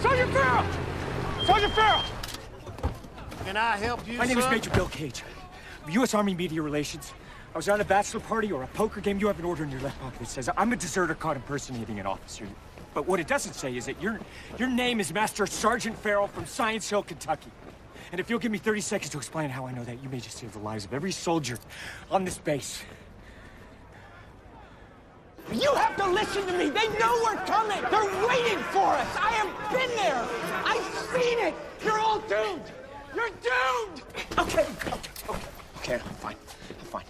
Sergeant Farrell! Sergeant Farrell! Can I help you, My name is sir? Major Bill Cage, U.S. Army Media Relations. I was at a bachelor party or a poker game. You have an order in your left pocket that says I'm a deserter caught impersonating an officer. But what it doesn't say is that your your name is Master Sergeant Farrell from Science Hill, Kentucky. And if you'll give me 30 seconds to explain how I know that, you may just save the lives of every soldier on this base. You have to listen to me. They know we're coming. They're waiting for us. I have been there. I've seen it. You're all doomed. You're doomed. Okay, okay, okay. Okay, I'm fine. I'm fine.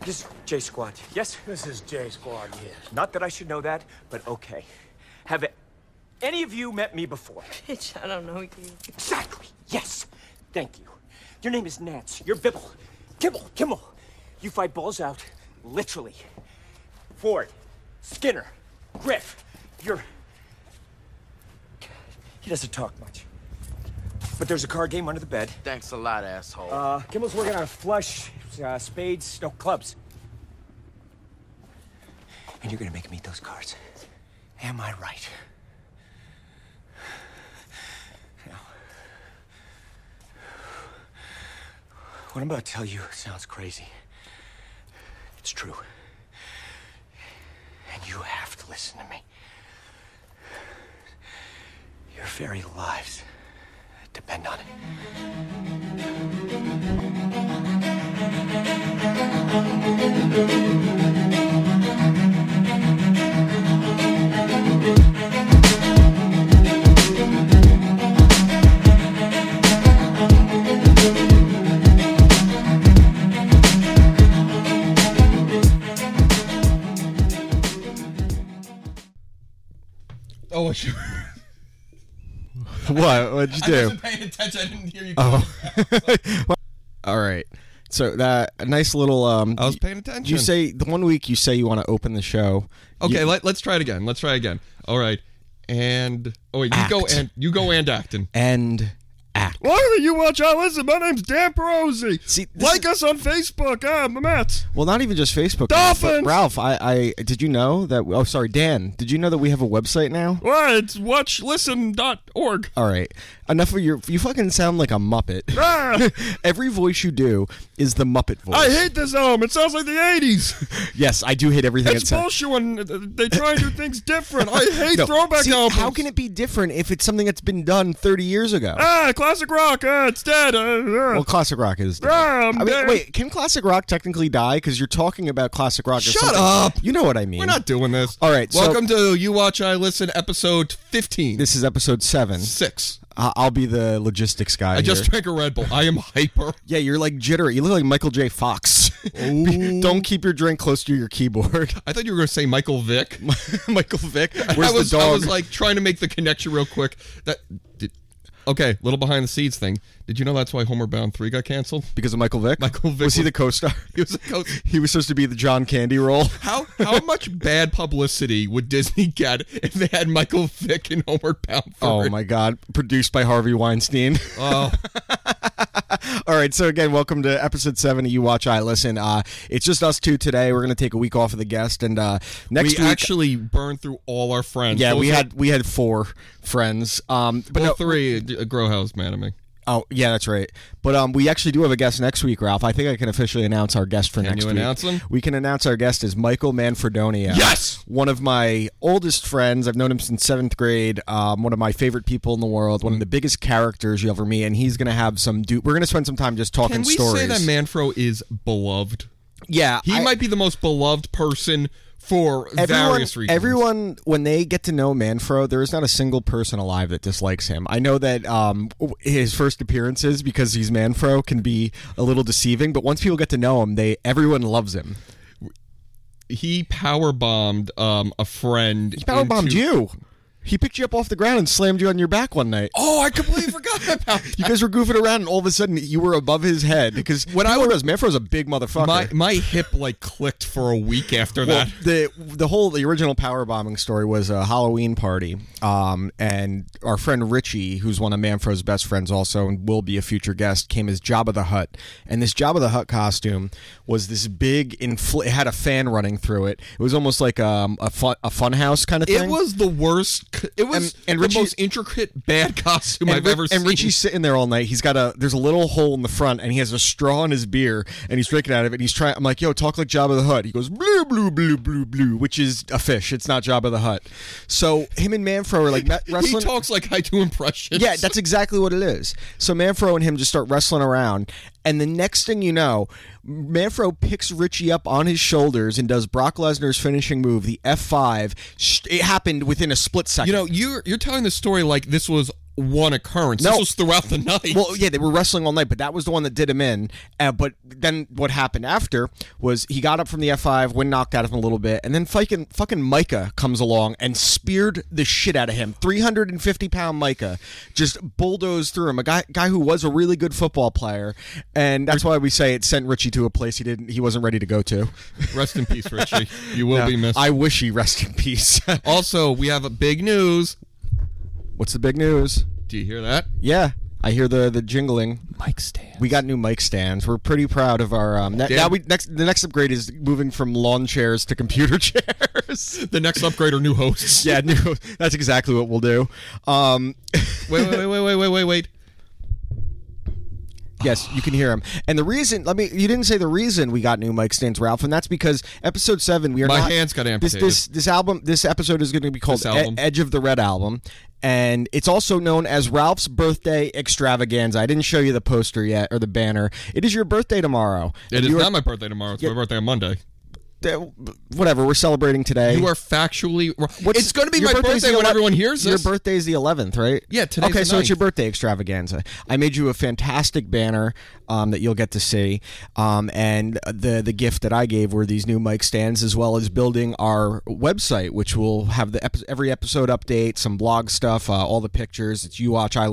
This is J Squad. Yes? This is J Squad, yes. Not that I should know that, but okay. Have it, any of you met me before? Bitch, I don't know you. Exactly. Yes. Thank you. Your name is Nance. You're Bibble. Kibble. Kimmel. You fight balls out, literally. Ford. Skinner. Griff. You're. He doesn't talk much. But there's a card game under the bed. Thanks a lot, asshole. Uh, Kimmel's working on a flush, uh, spades, no clubs. And you're gonna make him eat those cards. Am I right? Now, what I'm about to tell you sounds crazy. It's true. And you have to listen to me. Your very lives depend on it. Oh, what you, What? What'd you I do? wasn't paying attention. I didn't hear Uh-huh. you. All right. So that a nice little. Um, I was paying attention. You say the one week you say you want to open the show. Okay, You- let, us try it again. Let's try again. All right, and oh wait, you go Act. and you go and acting. and act. Why do you watch? I listen. My name's Dan Perosi. See, this Like us is- on Facebook. Ah, I'm Matt. Well, not even just Facebook. but Dolphins! Ralph, I, I did you know that? Oh, sorry, Dan. Did you know that we have a website now? Well, it's watchlisten.org. All right. Enough of your. You fucking sound like a muppet. Ah, Every voice you do is the Muppet voice. this album. It sounds like the 80s. Yes, I do hate everything. it sounds- when they try and do things different. I hate No, see, How can it be different if it's something that's been done 30 years ago? Ah, classic rock. Ah, it's dead. Well, classic rock is. dead. Ah, I'm I mean, dead. wait, can classic rock technically die? Because you're talking about classic rock. as Shut something- up. You know what I mean. We're not doing this. All right, so- Welcome to You Watch, I Listen, episode 15. This is episode seven. six. I- I'll be the logistics guy. I just here. drank a Red Bull. I am hyper. Yeah, you're like jittery. You look like Michael J. Fox. Be- Don't keep your drink close to your keyboard. I thought you were going to say Michael Vick. Michael Vick. I Where's was, the dog? I was like trying to make the connection real quick. That did, Okay, little behind the scenes thing. Did you know that's why Homer Bound 3 got canceled? because of Michael Vick. Michael Vick was he was- the co-star? He was a coach. He was supposed to be the John Candy role. How how much bad publicity would Disney get if they had Michael Vick and Homeward Bound? Oh three? my God! Produced by Harvey Weinstein. Oh, All right, so again, welcome to episode seven of You Watch, I Listen. Uh, it's just us two today. We're going to take a week off of the guest, and uh, next we week, actually burned through all our friends. yeah, Those we are- had we had four friends, um, but well, no, three. Uh, Grohouse, Madame. oh yeah, that's right. But um, we actually do have a guest next week, Ralph. I think I can officially announce our guest for next you week. announce him? We can announce our guest is Michael Manfredonia. Yes! one of my oldest friends. I've known him since seventh grade. Um, one of my favorite people in the world. One of the biggest characters you ever meet, and he's going to have some. Du- We're going to spend some time just talking Can we stories. say that Manfro is beloved? yeah, He I- might be the most beloved person for various reasons. Everyone, when they get to know Manfro, there is not a single person alive that dislikes him. I know that um, his first appearances, because he's Manfro, can be a little deceiving. But once people get to know him, they everyone loves him. he power bombed um, a friend. He Power bombed you. He picked you up off the ground and slammed you on your back one night. Oh, I completely forgot about You guys were goofing around, and all of a sudden, you were above his head. Because When when I I would- realized Manfro's a big motherfucker. my my hip like clicked for a week after Well, that. the the whole the original power bombing story was a Halloween party, um, and our friend Richie, who's one of Manfro's best friends, also and will be a future guest, came as Jabba the Hutt, and this Jabba the Hutt costume was this big infl- it had a fan running through it. It was almost like um, a fun a funhouse kind of It thing. was the worst c- it was And- and the Richie- most intricate bad costume I've Ri- ever seen. and Richie's sitting there all night. He's got a there's a little hole in the front, and he has a straw in his beer, and he's drinking out of it. And he's trying. I'm like, yo, talk like Jabba the Hutt. He goes blue, blue, blue, blue, blue, which is a fish. It's not Jabba the Hutt. So him and Manfro are like ma- he wrestling. talks like I do impressions. Yeah, that's exactly what it is. So Manfro and him just start wrestling around, and the next thing you know, Manfro picks Richie up on his shoulders and does Brock Lesnar's finishing move, the F5. Sh- It happened within a split second. you know you're you're telling the story like this was one occurrence. No. This was throughout the night. Well, yeah, they were wrestling all night, but that was the one that did him in. Uh, but then what happened after was he got up from the F5, wind knocked out of him a little bit, and then fucking, fucking Micah comes along and speared the shit out of him. 350 pound Micah just bulldozed through him. A guy, guy who was a really good football player, and that's why we say it sent Richie to a place he didn't, he wasn't ready to go to. rest in peace, Richie. You will be missed. I wish he rest in peace. also, we have a big news. What's the big news? Do you hear that? Yeah, I hear the the jingling. Mike stand. We got new mic stands. We're pretty proud of our. Um, ne- Damn. now we next the next upgrade is moving from lawn chairs to computer chairs. the next upgrade are new hosts. yeah, new, that's exactly what we'll do. Um, Wait, wait, wait, wait, wait, wait, wait, wait. yes, you can hear him. And the reason, let me, you didn't say the reason we got new mic stands, Ralph, and that's because episode seven we are My not- hands got This amputated. this this album this episode is going to be called This album. E- Edge of the Red album, and it's also known as Ralph's birthday extravaganza. I didn't show you the poster yet or the banner. It is your birthday tomorrow. It is You are- not my birthday tomorrow. It's my birthday on Monday. uh, whatever we're celebrating today. You are factually wrong. What's- it's going to be your my birthday's birthday the when ele- everyone hears Your this. birthday is the 11th, right? Yeah, today's Okay, the so it's your 9th. birthday extravaganza. I made you a fantastic banner um, that you'll get to see, um, and the the gift that I gave were these new mic stands, as well as building our website, which will have the epi- every episode update, some blog stuff, uh, all the pictures. It's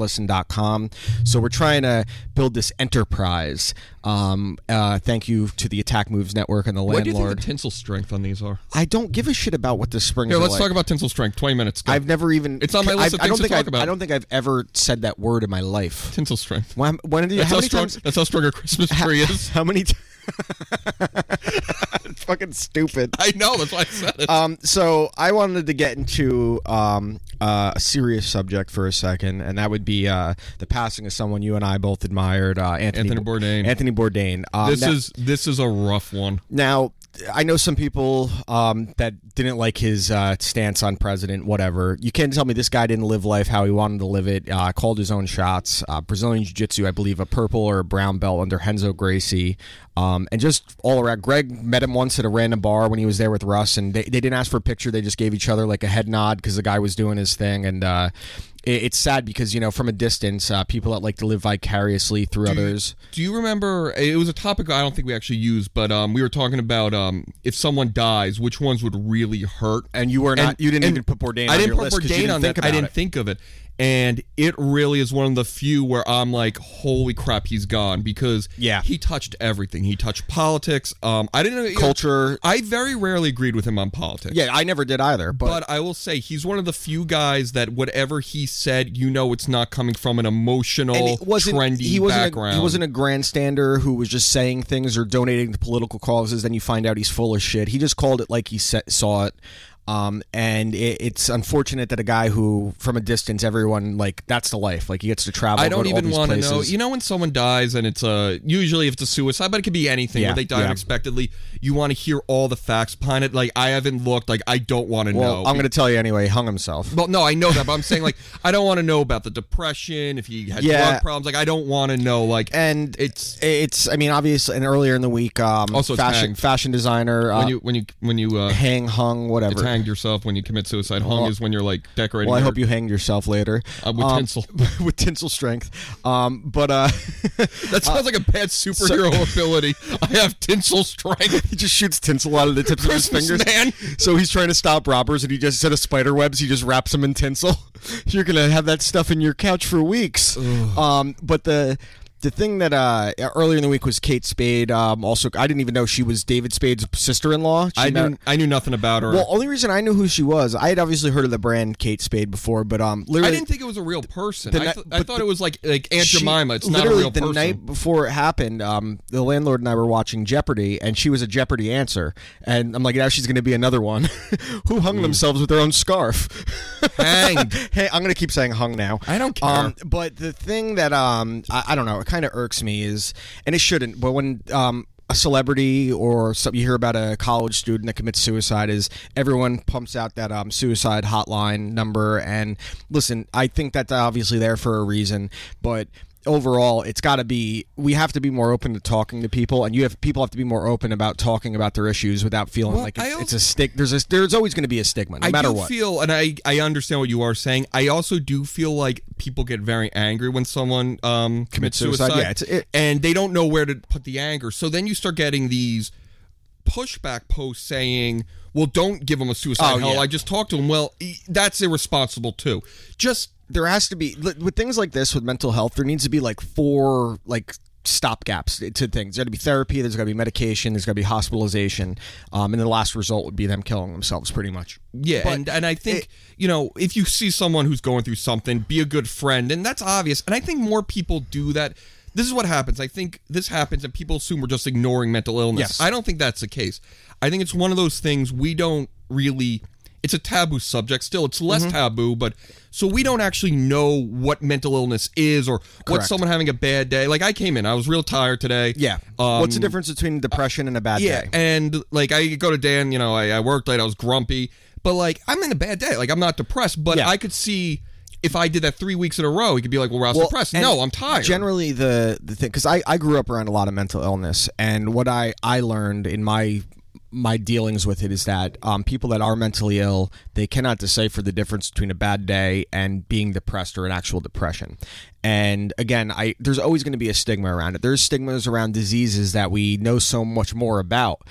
youwatchilisten.com. So we're trying to build this enterprise. Um, uh, thank you to the Attack Moves Network and the what do you think the landlord. tensile strength on these are? I don't give a shit about what the springs Here, are let's like. talk about tensile strength. Twenty minutes. Go. I've never even. It's on my list I've- of I things don't to think talk I've, about. I don't think I've ever said that word in my life. tensile strength. When, when did you, That's how how many strong. times? That's how strong a Christmas tree is. How many? T- it's fucking stupid. I know. That's why I said it. Um, so I wanted to get into um, uh, a serious subject for a second, and that would be uh, the passing of someone you and I both admired, uh, Anthony, Anthony Bourdain. Anthony Bourdain. Um, this that- is this is a rough one. Now, I know some people um, that didn't like his uh, stance on president, whatever. You can't tell me this guy didn't live life how he wanted to live it, uh, called his own shots. Uh, Brazilian Jiu Jitsu, I believe, a purple or a brown belt under Henzo Gracie. Um, and just all around. Greg met him once at a random bar when he was there with Russ, and they, they didn't ask for a picture. They just gave each other like a head nod because the guy was doing his thing. And, uh, it- it's sad because you know from a distance uh, people that like to live vicariously through others Do you remember? It was a topic I don't think we actually used, but um, we were talking about um, if someone dies, which ones would really hurt. And you were not- you didn't even put Bourdain I on didn't your put list 'cause you Bourdain didn't on think that. I about didn't it. think of it, and it really is one of the few where I'm like, holy crap, he's gone because Yeah. he touched everything. He touched politics. Um, I didn't know you know, Culture. I very rarely agreed with him on politics. yeah i never did either but But I will say he's one of the few guys that whatever he said, you know, it's not coming from an emotional, and it wasn't, trendy he wasn't background. A, he wasn't a grandstander who was just saying things or donating to political causes. Then you find out he's full of shit. He just called it like he sa saw it. Um, and it, it's unfortunate that a guy who, from a distance, everyone like that's the life. Like he gets to travel. I don't go to all even these want to places. know. You know when someone dies and it's a usually if it's a suicide, but it could be anything Yeah, where they die yeah. unexpectedly. You want to hear all the facts behind it. Like I haven't looked. Like I don't want to Well, know. I'm going to tell you anyway. He hung himself. well, no, I know that, but I'm saying like I don't want to know about the depression, if he had Yeah. drug problems. Like I don't want to know. Like and it's it's. I mean, obviously, and earlier in the week, um, Also, it's fashion hanged. fashion designer uh, when you when you when you uh, hang hung whatever. it's hanged yourself when you commit suicide. Hung is when you're like decorating. Well, I your- hope you hanged yourself later Uh, with Um, tinsel. with tinsel strength. Um, but uh, That sounds like a bad superhero ability. I have tinsel strength. He just shoots tinsel out of the tips of Christmas his fingers. man. So he's trying to stop robbers, and he just instead of spider webs, he just wraps them in tinsel. You're gonna have that stuff in your couch for weeks. Um, but the The thing that uh, earlier in the week was Kate Spade. Um, also, I didn't even know she was David Spade's sister-in-law. She I mar- knew I knew nothing about her. Well, only reason I knew who she was, I had obviously heard of the brand Kate Spade before, but um, literally, I didn't think it was a real person. The I, ni- th- I but thought the- it was like like Aunt she- Jemima. It's not a literally real the person. night before it happened. Um, the landlord and I were watching Jeopardy, and she was a Jeopardy answer, and I'm like, now she's going to be another one who hung themselves with their own scarf. Hanged. hey, I'm going to keep saying hung now. I don't care. Um, but the thing that um, I, I don't know, it kind of irks me is, and it shouldn't, but when um. A celebrity or something you hear about a college student that commits suicide is everyone pumps out that um, suicide hotline number. And listen, I think that's obviously there for a reason, but overall it's got to be we have to be more open to talking to people and you have people have to be more open about talking about their issues without feeling Well, like I it's, it's also- a stick there's a there's always going to be a stigma no I matter do what feel, and I I understand what you are saying. I also do feel like people get very angry when someone um, commits suicide. suicide. Yeah, it's- it- and they don't know where to put the anger. So then you start getting these pushback posts saying, "Well, don't give them a suicide Oh, hell. yeah. I just talked to them." Well, e- that's irresponsible too. Just there has to be li- with things like this with mental health there needs to be like four like stop gaps to things there's got to be therapy there's got to be medication there's got to be hospitalization um, and the last result would be them killing themselves pretty much Yeah, and, and I think, you know, if you see someone who's going through something, be a good friend. And that's obvious. And I think more people do that. This is what happens. I think this happens, and people assume we're just ignoring mental illness. Yes. I don't think that's the case. I think it's one of those things we don't really. It's a taboo subject still. It's Mm-hmm. less taboo, but so we don't actually know what mental illness is or what Correct. someone having a bad day. Like I came in, I was real tired today. yeah um, what's the difference between depression and a bad Yeah, day and like I go to Dan, you know, I, I worked late, I was grumpy, but like I'm in a bad day. Like I'm not depressed, but Yeah. I could see if I did that three weeks in a row, he could be like, "Well, Ross, Well, depressed." and No, I'm tired. Generally, the the thing because I I grew up around a lot of mental illness, and what I I learned in my my dealings with it is that um, people that are mentally ill they cannot decipher the difference between a bad day and being depressed or an actual depression and again i there's always going to be a stigma around it there's stigmas around diseases that we know so much more about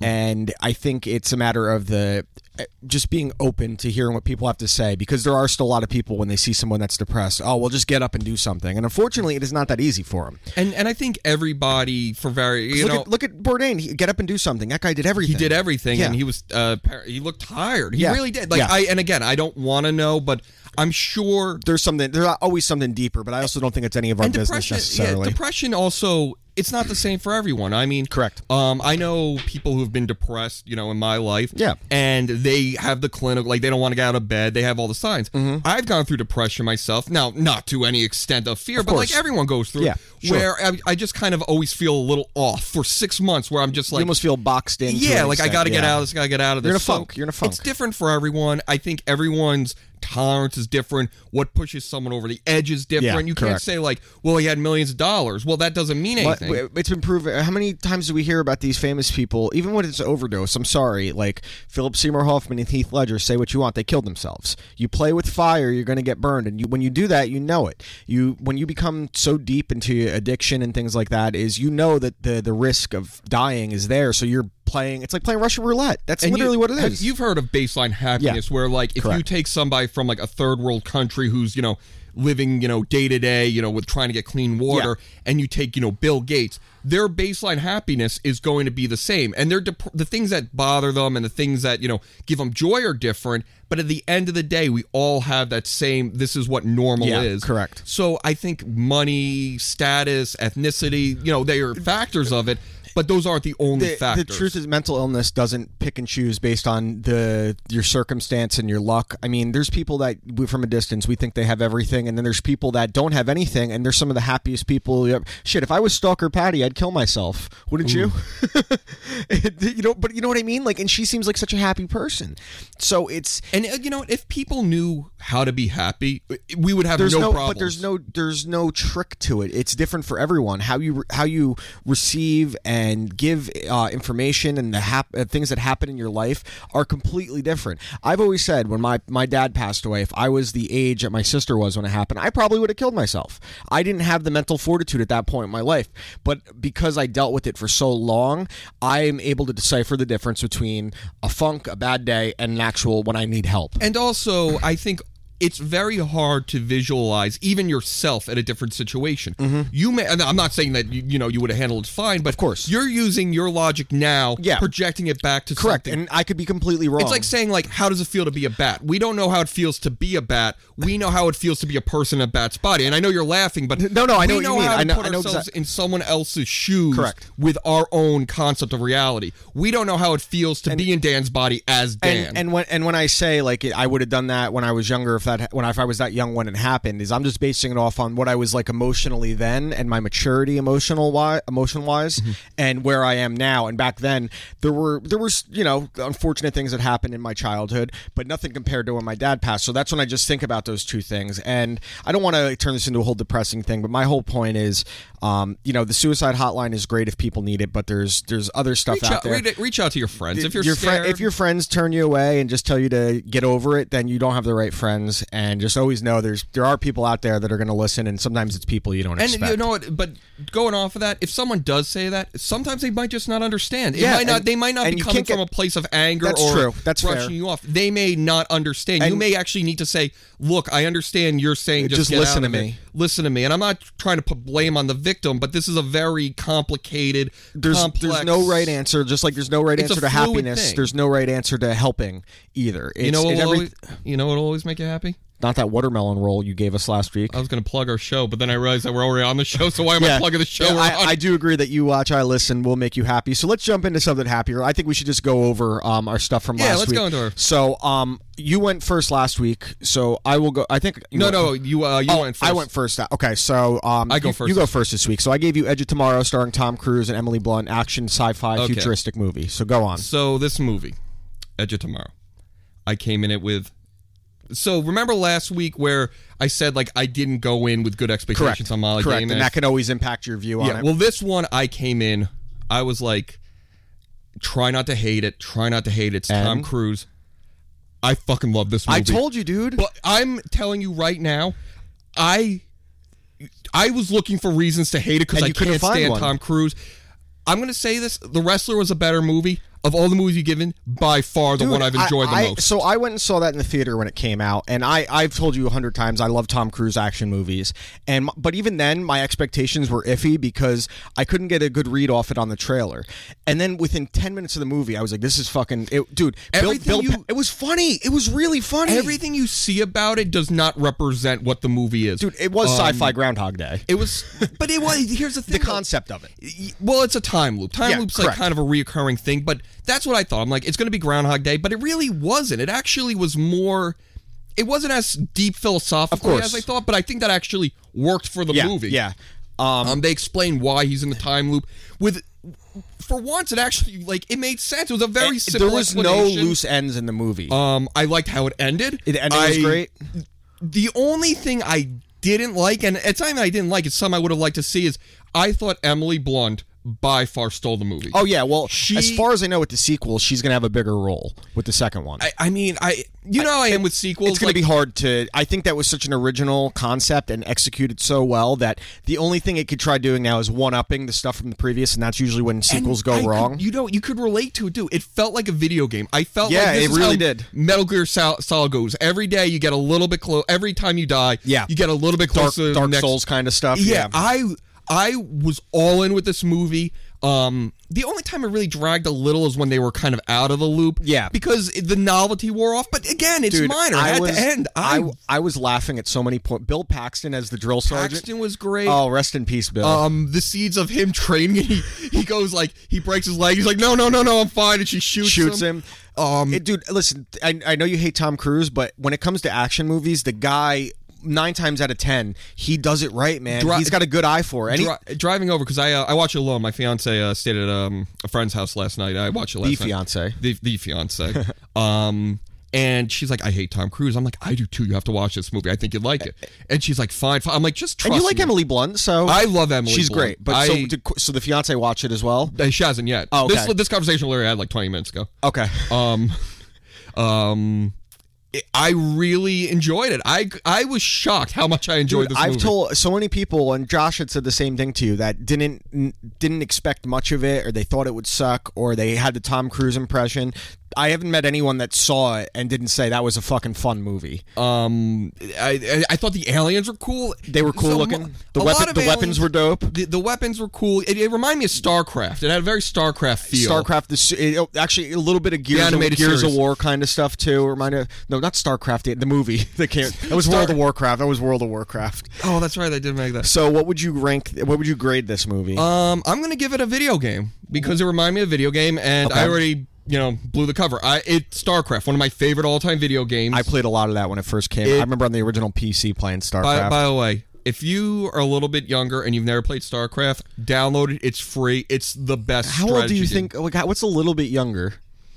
and i think it's a matter of the uh, just being open to hearing what people have to say because there are still a lot of people when they see someone that's depressed oh well just get up and do something and unfortunately it is not that easy for them and and I think everybody for very you look, know at, look at Bourdain he, get up and do something that guy did everything he did everything Yeah. and he was uh par- he looked tired. He Yeah. really did. Like Yeah. I and again, I don't want to know, but I'm sure there's something there's always something deeper but I also don't think it's any of our and business depression necessarily yeah depression also it's not the same for everyone i mean Correct. um i know people who have been depressed you know in my life Yeah. and they have the clinical like they don't want to get out of bed they have all the signs Mm-hmm. i've gone through depression myself now not to any extent of fear but like course. everyone goes through Yeah, it, sure. where I, I just kind of always feel a little off for six months where i'm just like you almost feel boxed in to yeah, an like I extent, got to get yeah. out of this, got to get out of this. You're in a So funk, you're in a funk. It's different for everyone. I think everyone's tolerance is different. What pushes someone over the edge is different. you can't correct. say like, "Well, he had millions of dollars." Well, that doesn't mean But anything. it's been proven. How many times do we hear about these famous people? Even when it's overdose, I'm sorry. Like Philip Seymour Hoffman and Heath Ledger, say what you want, they killed themselves. You play with fire, you're going to get burned, and you, when you do that, you know it. You when you become so deep into your addiction and things like that, is you know that the the risk of dying is there. So you're playing. It's like playing Russian roulette. That's And you- literally what it have- is. You've heard of baseline happiness, where like if you Correct. take somebody from like a third world country who's you know living you know day to day you know with trying to get clean water, and you take you know Bill Gates, their baseline happiness is going to be the same, and their dep- the things that bother them and the things that you know give them joy are different. But at the end of the day, we all have that same. This is what normal Yeah, is. correct. So I think money, status, ethnicity, you know, they are factors of it. But those aren't the only the, factors. The truth is, mental illness doesn't pick and choose based on the your circumstance and your luck. I mean, there's people that we, from a distance we think they have everything, and then there's people that don't have anything, and they're some of the happiest people. You ever, shit, if I was Stalker Patty, I'd kill myself, wouldn't you? you know, but you know what I mean. Like, and she seems like such a happy person, so it's And uh, you know, if people knew how to be happy, we would have there's no, no, problems. but there's no there's no trick to it it's different for everyone how you how you receive and give uh, information and the hap- uh, things that happen in your life are completely different i've always said when my my dad passed away if i was the age that my sister was when it happened i probably would have killed myself i didn't have the mental fortitude at that point in my life but because i dealt with it for so long i'm able to decipher the difference between a funk a bad day and an actual when i need help And also, I think it's very hard to visualize even yourself at a different situation. Mm-hmm. You may, and I'm not saying that you, you know you would have handled it fine, but of course. you're using your logic now, Yeah. projecting it back to Correct, something. and I could be completely wrong. It's like saying like, how does it feel to be a bat? We don't know how it feels to be a bat. We know how it feels to be a person in a bat's body. And I know you're laughing, but No, no, I know we what you mean. how to I know- put I know ourselves exact- in someone else's shoes Correct. with our own concept of reality. We don't know how it feels to be in Dan's body as Dan. And, and when and when I say like it, I would have done that when I was younger, if that when I, if I was that young when it happened, is I'm just basing it off on what I was like emotionally then and my maturity emotional wise, emotion wise, Mm-hmm. and where I am now. And back then, there were there was you know unfortunate things that happened in my childhood, but nothing compared to when my dad passed. So that's when I just think about those two things. And I don't want to turn this into a whole depressing thing, but my whole point is, um, you know, the suicide hotline is great if people need it, but there's there's other stuff reach, out out, there read it- reach out to your friends if you're your scared. fri- if your friends turn you away and just tell you to get over it, then you don't have the right friends. And just always know there's there are people out there that are going to listen, and sometimes it's people you don't and expect. you know what? But going off of that, if someone does say that, sometimes they might just not understand. It Yeah, might not. and- they might not and be you coming can't get- from a place of anger That's or true. That's brushing fair. you off. They may not understand. you And- may actually need to say, "Look, I understand you're saying just, Just get listen out to of it. me." Listen to me." And I'm not trying to put blame on the victim, but this is a very complicated. there's complex, there's no right answer. Just like there's no right It's a answer to fluid happiness, thing. there's no right answer to helping either. It's, You know what? it's will every- always, you know what? will Always make you happy. not that watermelon roll you gave us last week. I was going to plug our show, but then I realized that we're already on the show. So why am I plugging the show? Yeah, We're I, on- I do agree that you watch, I listen will make you happy. So let's jump into something happier. I think we should just go over um, our stuff from Yeah, last let's week. go into our- So um, you went first last week, so I will go. I think you no, went- no, you uh, you Oh, went first. I went first. Okay, so um, I go you- first You go this first this week. So I gave you Edge of Tomorrow, starring Tom Cruise and Emily Blunt, action sci-fi Okay. futuristic movie. So go on. So this movie, Edge of Tomorrow, I came in it with. So remember last week where I said like I didn't go in with good expectations Correct. on Molly Correct, Damon. and that can always impact your view on yeah. it. Well, this one I came in, I was like, try not to hate it. Try not to hate it. It's Tom And? Cruise. I fucking love this movie. I told you, dude. But I'm telling you right now, I I was looking for reasons to hate it because And I you couldn't can't find stand one. Tom Cruise. I'm gonna say this: The Wrestler was a better movie of all the movies you've given, by far the Dude, one I've I- enjoyed I- the most. So I went and saw that in the theater when it came out, and I I've told you a hundred times I love Tom Cruise action movies, and but even then my expectations were iffy because I couldn't get a good read off it on the trailer, and then within ten minutes of the movie I was like, this is fucking it, dude. Bill- Everything Bill, you- Pe- it was funny. It was really funny. Everything you see about it does not represent what the movie is, dude. It was sci-fi Groundhog Day. Um, It was, but it was. Here's the thing: the concept of it. y- well, it's a time loop. Time Yeah, loop's like correct. kind of a reoccurring thing, but that's what I thought. I'm like, it's going to be Groundhog Day, but it really wasn't. It actually was more. It wasn't as deep philosophically course. as I thought, but I think that actually worked for the Yeah, movie. yeah. Um, they explain why he's in the time loop with. For once, it actually like it made sense. It was a very simple. There was no explanation. loose ends in the movie. Um, I liked how it ended. It ended was I- great. the only thing I didn't like, and it's not even I didn't like, it's something I would have liked to see, is I thought Emily Blunt by far stole the movie. Oh yeah, well, she- as far as I know, with the sequel, she's gonna have a bigger role with the second one. I, I mean, I you know I, am with sequels. it's going like, to be hard to. I think that was such an original concept and executed so well that the only thing it could try doing now is one upping the stuff from the previous, and that's usually when sequels go I could- wrong. you know, you could relate to it too. It felt like a video game. I felt Yeah, like this it is really how did. Metal Gear Sol- Solid goes. Every day you get a little bit close. Every time you die, Yeah. you get a little bit Dark, closer. to the Dark next- Souls kind of stuff. yeah, I I was all in with this movie. Um, the only time it really dragged a little is when they were kind of out of the loop. Yeah. because it- the novelty wore off. But again, it's Dude, minor. I At was, the end, I, I I was laughing at so many points. Bill Paxton as the drill sergeant. Paxton was great. Oh, rest in peace, Bill. um, the seeds of him training. He he goes like he breaks his leg. He's like, no, no, no, no, I'm fine. And she shoots shoots him. Um, It- dude, listen, I, I know you hate Tom Cruise, but when it comes to action movies, the guy nine times out of ten he does it right, man. Dri- He's got a good eye for it. And he- Dri- driving over because I uh, I watch it alone. My fiance uh, stayed at um, a friend's house last night. I watched it last night. fiancé. The the fiance. um, and she's like, I hate Tom Cruise. I'm like, I do too. You have to watch this movie. I think you'd like it. And she's like, fine. fine. I'm like, just trust. and you like me. Emily Blunt, so I love Emily. She's Blunt. great. But I, so, did, so the fiance watch it as well. uh, she hasn't yet. Oh, okay. This this conversation Larry had like 20 minutes ago. Okay. Um, um. it- I really enjoyed it. I I was shocked how much I enjoyed this. I've movie. told so many people, and Josh had said the same thing to you that didn't n- didn't expect much of it, or they thought it would suck, or they had the Tom Cruise impression. I haven't met anyone that saw it and didn't say that was a fucking fun movie. Uh, I, I, I thought the aliens were cool. They were cool mu- looking. The a weapon- lot of the weapons were dope. The, the weapons were cool. It, it reminded me of StarCraft. It had a very StarCraft feel. StarCraft, the, se- it, oh, actually a little bit of Gears, The animated of, Gears of series. War kind of stuff too. Remind of no, not StarCraft, the, the movie. that came. That was World of Warcraft. That was World of Warcraft. Oh, that's right. They did make that. So, what would you rank? What would you grade this movie? Um, I'm gonna give it a video game because it reminded me of a video game, and I already you know blew the cover. I it StarCraft, one of my favorite all time video games. I played a lot of that when it first came. I remember on the original PC playing StarCraft. by, by the way, if you are a little bit younger and you've never played StarCraft, download it. It's free. It's the best. How old do strategy you game. think? Like, how- what's a little bit younger?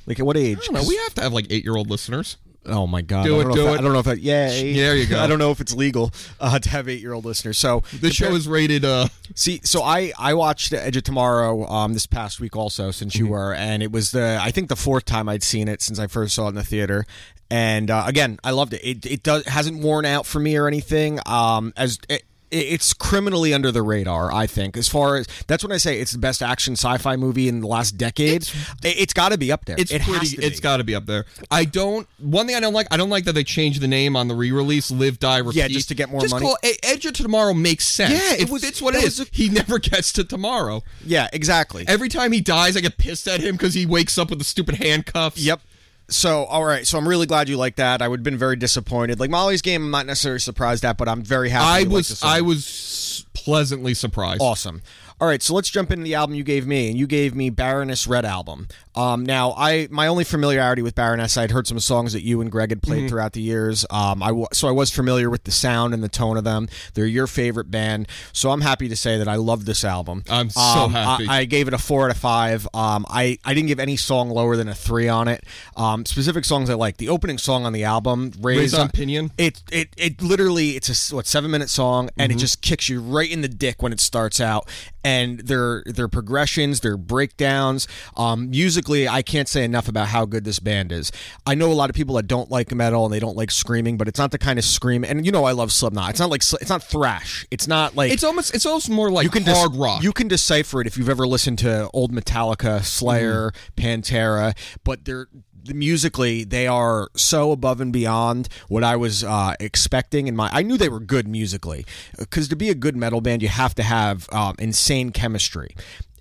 Like, at what age? I don't know. We have to have like eight year old listeners. Oh my god! Do I it, don't know do if it. I, I don't know if that. Yeah, There you go. I don't know if it's legal uh, to have eight-year-old listeners. So The show is rated. uh See, so I I watched Edge of Tomorrow um this past week also since Mm-hmm. you were, and it was the I think the fourth time I'd seen it since I first saw it in the theater, and uh, again I loved it. It it does hasn't worn out for me or anything. Um, as it, it's criminally under the radar, I think. As far as that's when I say it's the best action sci-fi movie in the last decade. It, has got to be up there. It's it has pretty. to be. It's got to be up there. I don't. One thing I don't like. I don't like that they changed the name on the re-release. Live, die, repeat. Yeah, just to get more Just money. Call it, Edge of Tomorrow makes sense. Yeah, it it was- It's what it that is. was a- he never gets to tomorrow. yeah, exactly. Every time he dies, I get pissed at him because he wakes up with the stupid handcuffs. Yep. So, all right. So, I'm really glad you like that. I would have been very disappointed. Like Molly's game, I'm not necessarily surprised at, but I'm very happy. I you liked was. this one. I was pleasantly surprised. awesome. All right. So let's jump into the album you gave me, and you gave me Baroness Red album. Um, now, I my only familiarity with Baroness, I'd heard some songs that you and Greg had Mm-hmm. played throughout the years. Um, I wa- so I was familiar with the sound and the tone of them. They're your favorite band, so I'm happy to say that I love this album. I'm so Um, I- happy. I gave it a four out of five. Um, I, I didn't give any song lower than a three on it. Um, specific songs I like. The opening song on the album, Raise, Raise on Pinion? It it it literally it's a s- what seven minute song and it just kicks you right in the dick when it starts out. And their their progressions, their breakdowns, um, musically, I can't say enough about how good this band is. I know a lot of people that don't like metal and they don't like screaming, but it's not the kind of scream. And you know, I love Slipknot. It's not like sl- it's not thrash. It's not like It's almost. It's almost more like you can dis- hard rock. You can decipher it if you've ever listened to old Metallica, Slayer, Mm-hmm. Pantera, but they're musically they are so above and beyond what I was uh, expecting. And my I knew they were good musically because to be a good metal band, you have to have um, insane chemistry.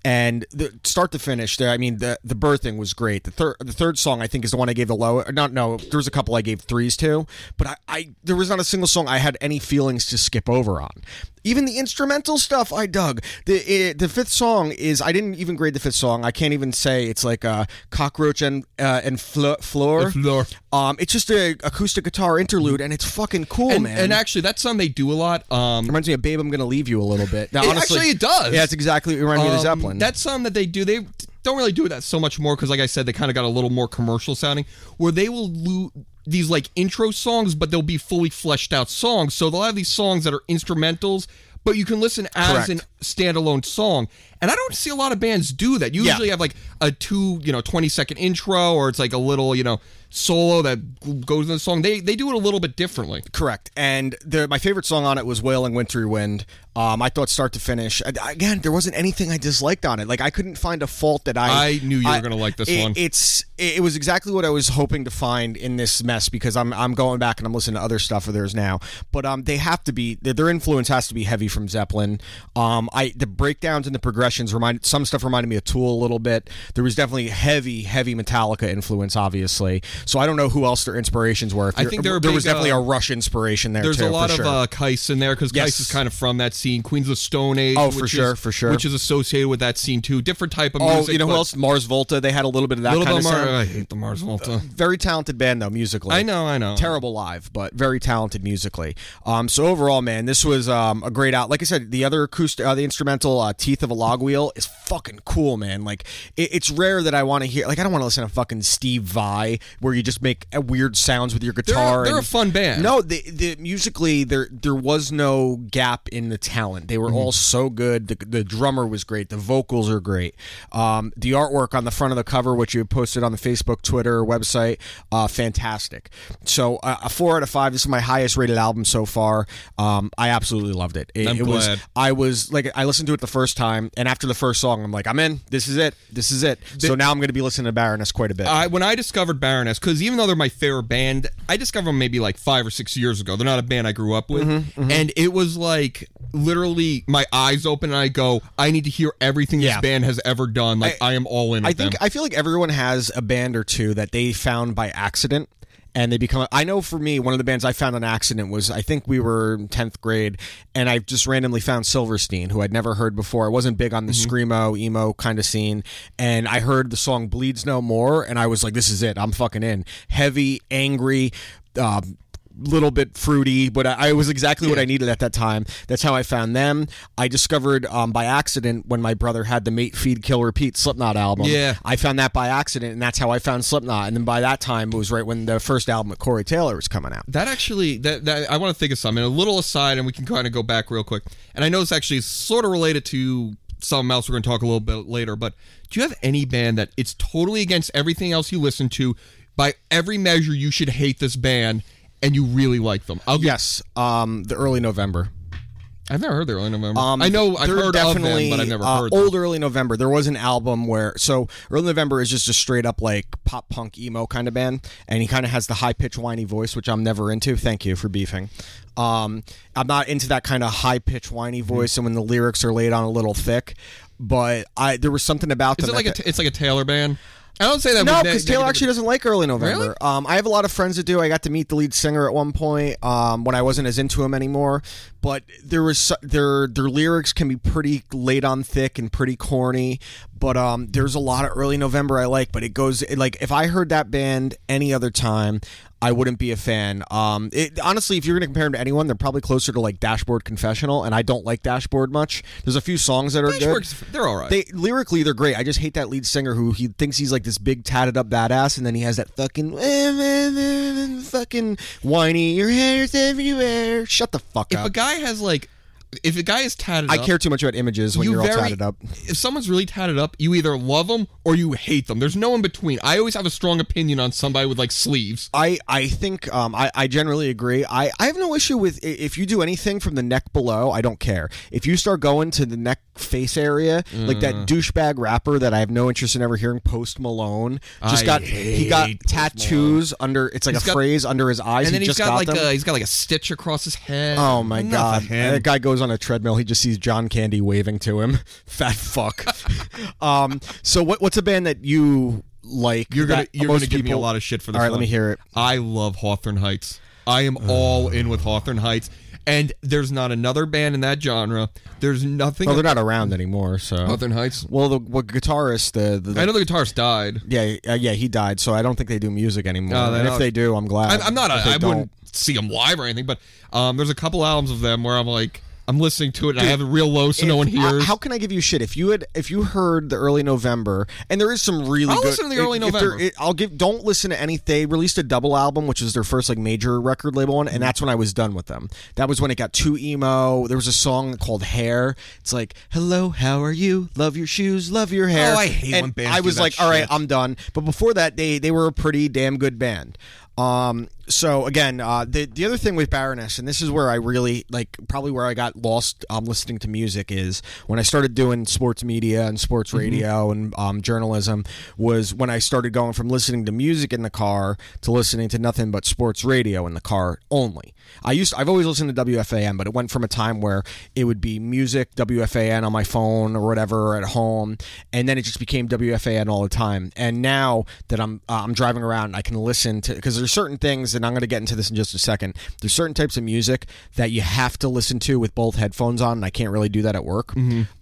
And the start to finish, there. I mean, the the birthing was great. The third, the third song, I think, is the one I gave the low. or Not no, there was a couple I gave threes to, but I, I there was not a single song I had any feelings to skip over on. Even the instrumental stuff I dug. The it, the fifth song is I didn't even grade the fifth song. I can't even say it's like a cockroach and uh, and flo- floor. Floor. Um, it's just a acoustic guitar interlude, and it's fucking cool, and, man. and actually, that's something they do a lot. Um, reminds me of "Babe, I'm Gonna Leave You" a little bit. Now, It honestly, actually does. Yeah, it's exactly. It reminds me of the Um, Zeppelin. That's something that they do. They don't really do that so much more because, like I said, they kind of got a little more commercial sounding. Where they will do these like intro songs, but they'll be fully fleshed out songs. So they'll have these songs that are instrumentals, but you can listen as Correct. an standalone song. And I don't see a lot of bands do that. You Yeah. usually have like a two, you know, twenty second intro, or it's like a little, you know, solo that goes in the song. They they do it a little bit differently. Correct. And the, my favorite song on it was Wailing Wintry Wind. Um, I thought start to finish. I- Again, there wasn't anything I disliked on it. Like, I couldn't find a fault that I. I knew you were gonna like this it- one. It's It was exactly what I was hoping to find in this mess because I'm, I'm going back and I'm listening to other stuff of theirs now. But um, they have to be, their- their influence has to be heavy from Zeppelin. Um, I The breakdowns and the progressions remind, some stuff reminded me of Tool a little bit. There was definitely heavy, heavy Metallica influence, obviously. So I don't know who else their inspirations were. If I you're- think they're a there big, was definitely uh, a Rush inspiration there. There's too, a lot for of sure. uh, Kice in there because Yes. Kice is kind of from that scene. Queens of the Stone Age. Oh, for which sure, is- for sure. Which is associated with that scene too. Different type of oh, music. you know who but- else? Mars Volta. They had a little bit of that Little kind Del of Mar. sound. Uh, I hate the Mars Volta. Very talented band though musically. I know, I know. Terrible live, but very talented musically. Um, so overall, man, this was um, a great out. Like I said, the other acoustic, uh, the instrumental uh, "Teeth of a Log Wheel" is fucking cool, man. Like it, it's rare that I want to hear. Like I don't want to listen to fucking Steve Vai, where you just make uh, weird sounds with your guitar. they're a and- fun band. No, the, the musically there there was no gap in the talent. They were Mm-hmm. all so good. The, the drummer was great. The vocals are great. Um, the artwork on the front of the cover, which you posted on the Facebook, Twitter website, uh, fantastic. So uh, a four out of five. This is my highest rated album so far. Um, I absolutely loved it. It, I'm it was glad. I was like like I listened to it the first time, and after the first song, I'm like, I'm in. This is it. This is it. so now I'm going to be listening to Baroness quite a bit. I, when I discovered Baroness, because even though they're my favorite band, I discovered them maybe like five or six years ago. They're not a band I grew up with, Mm-hmm, and it was like literally my eyes open and I go, I need to hear everything Yeah. this band has ever done. Like I, am all in. I with think them. I feel like everyone has a band or two that they found by accident. And they become. I know for me, one of the bands I found on accident was I think we were in tenth grade, and I just randomly found Silverstein, who I'd never heard before. I wasn't big on the screamo, emo kind of scene, and I heard the song "Bleeds No More," and I was like, "This is it. I'm fucking in." Heavy, angry, um, little bit fruity, but I, I was exactly what I needed at that time. That's how I found them. I discovered um, by accident when my brother had the Mate Feed Kill Repeat Slipknot album. Yeah. I found that by accident, and that's how I found Slipknot. And then by that time, it was right when the first album with Corey Taylor was coming out. That actually, that, that I want to think of something. A little aside, and we can kind of go back real quick. And I know this actually is sort of related to something else we're going to talk a little bit later. But do you have any band that it's totally against everything else you listen to? By every measure, you should hate this band, and you really like them. I'll, Yes, um, the early November. I've never heard their early November. Um, I know I've they're heard of them, but I've never uh, heard them. old early November. There was an album where so early November is just a straight up like pop punk emo kind of band, and he kind of has the high pitched whiny voice, which I'm never into. Thank you for beefing. Um, I'm not into that kind of high pitched whiny voice, and when the lyrics are laid on a little thick. But I there was something about Is them it at like a that- t- it's like a Taylor band? I don't say that. no, with because neg- Taylor negative- actually doesn't like early November. Really? Um, I have a lot of friends that do. I got to meet the lead singer at one point um, when I wasn't as into him anymore. But there was so- their their lyrics can be pretty laid on thick and pretty corny. But um, there's a lot of early November I like. But it goes it, like if I heard that band any other time. I wouldn't be a fan. Um, it, honestly, if you're going to compare them to anyone, they're probably closer to like Dashboard Confessional, and I don't like Dashboard much. There's a few songs that are Which good. works- They're all right. They lyrically they're great. I just hate that lead singer who he thinks he's like this big tatted up badass, and then he has that fucking fucking whiny. Your hair's everywhere. Shut the fuck if up. a guy has like, if a guy is tatted, I up, care too much about images when you you are very, all tatted up. If someone's really tatted up, you either love them or you hate them. There's no in between. I always have a strong opinion on somebody with like sleeves. I, I think um, I, I generally agree. I, I have no issue with i- if you do anything from the neck below, I don't care. If you start going to the neck face area, like that Mm. douchebag rapper that I have no interest in ever hearing, Post Malone, just I got he got hate Post tattoos under it's like He's a got- phrase under his eyes. And then he he's just got, like them. a he's got like a stitch across his head. Oh my Enough god! of him. That guy goes on a treadmill. He just sees John Candy waving to him. Fat fuck. um. So what? What's a band that you like? You're gonna that you're most gonna give me a people- lot of shit for this. All right, one. let me hear it. I love Hawthorne Heights. I am all in with Hawthorne Heights. And there's not another band in that genre. There's nothing. Well, they're not around anymore. So Hawthorne Heights. Well, the what guitarist the, the, Oh, I know the guitarist died. yeah uh, yeah he died. So I don't think they do music anymore. No, they and don't. if they do, I'm glad. Oh, I'm, I'm not. A, If they I am not I don't- would not see them live or anything. But um, there's a couple albums of them where I'm like, I'm listening to it and I have it real low, so no one How- hears. How can I give you shit if you had if you heard the early November and there is some really I'll good listen to the early if- if there- November. it- I'll give don't listen to any they released a double album which was their first like major record label Mm-hmm. one and that's when I was done with them. That was when it got too emo. There was a song called Hair. It's like hello how are you? Love your shoes, love your hair. Oh, I hate and when bands I do was that like all right shit. I'm done. But before that they they were a pretty damn good band. Um, so again, uh, the the other thing with Baroness, and this is where I really like, probably where I got lost um, listening to music is when I started doing sports media and sports Mm-hmm. radio and um, journalism was when I started going from listening to music in the car to listening to nothing but sports radio in the car only. I used I've always listened to WFAN, but it went from a time where it would be music WFAN on my phone or whatever at home, and then it just became WFAN all the time. And now that I'm uh, I'm driving around, I can listen to because there's certain things, and I'm going to get into this in just a second. There's certain types of music that you have to listen to with both headphones on, and I can't really do that at work.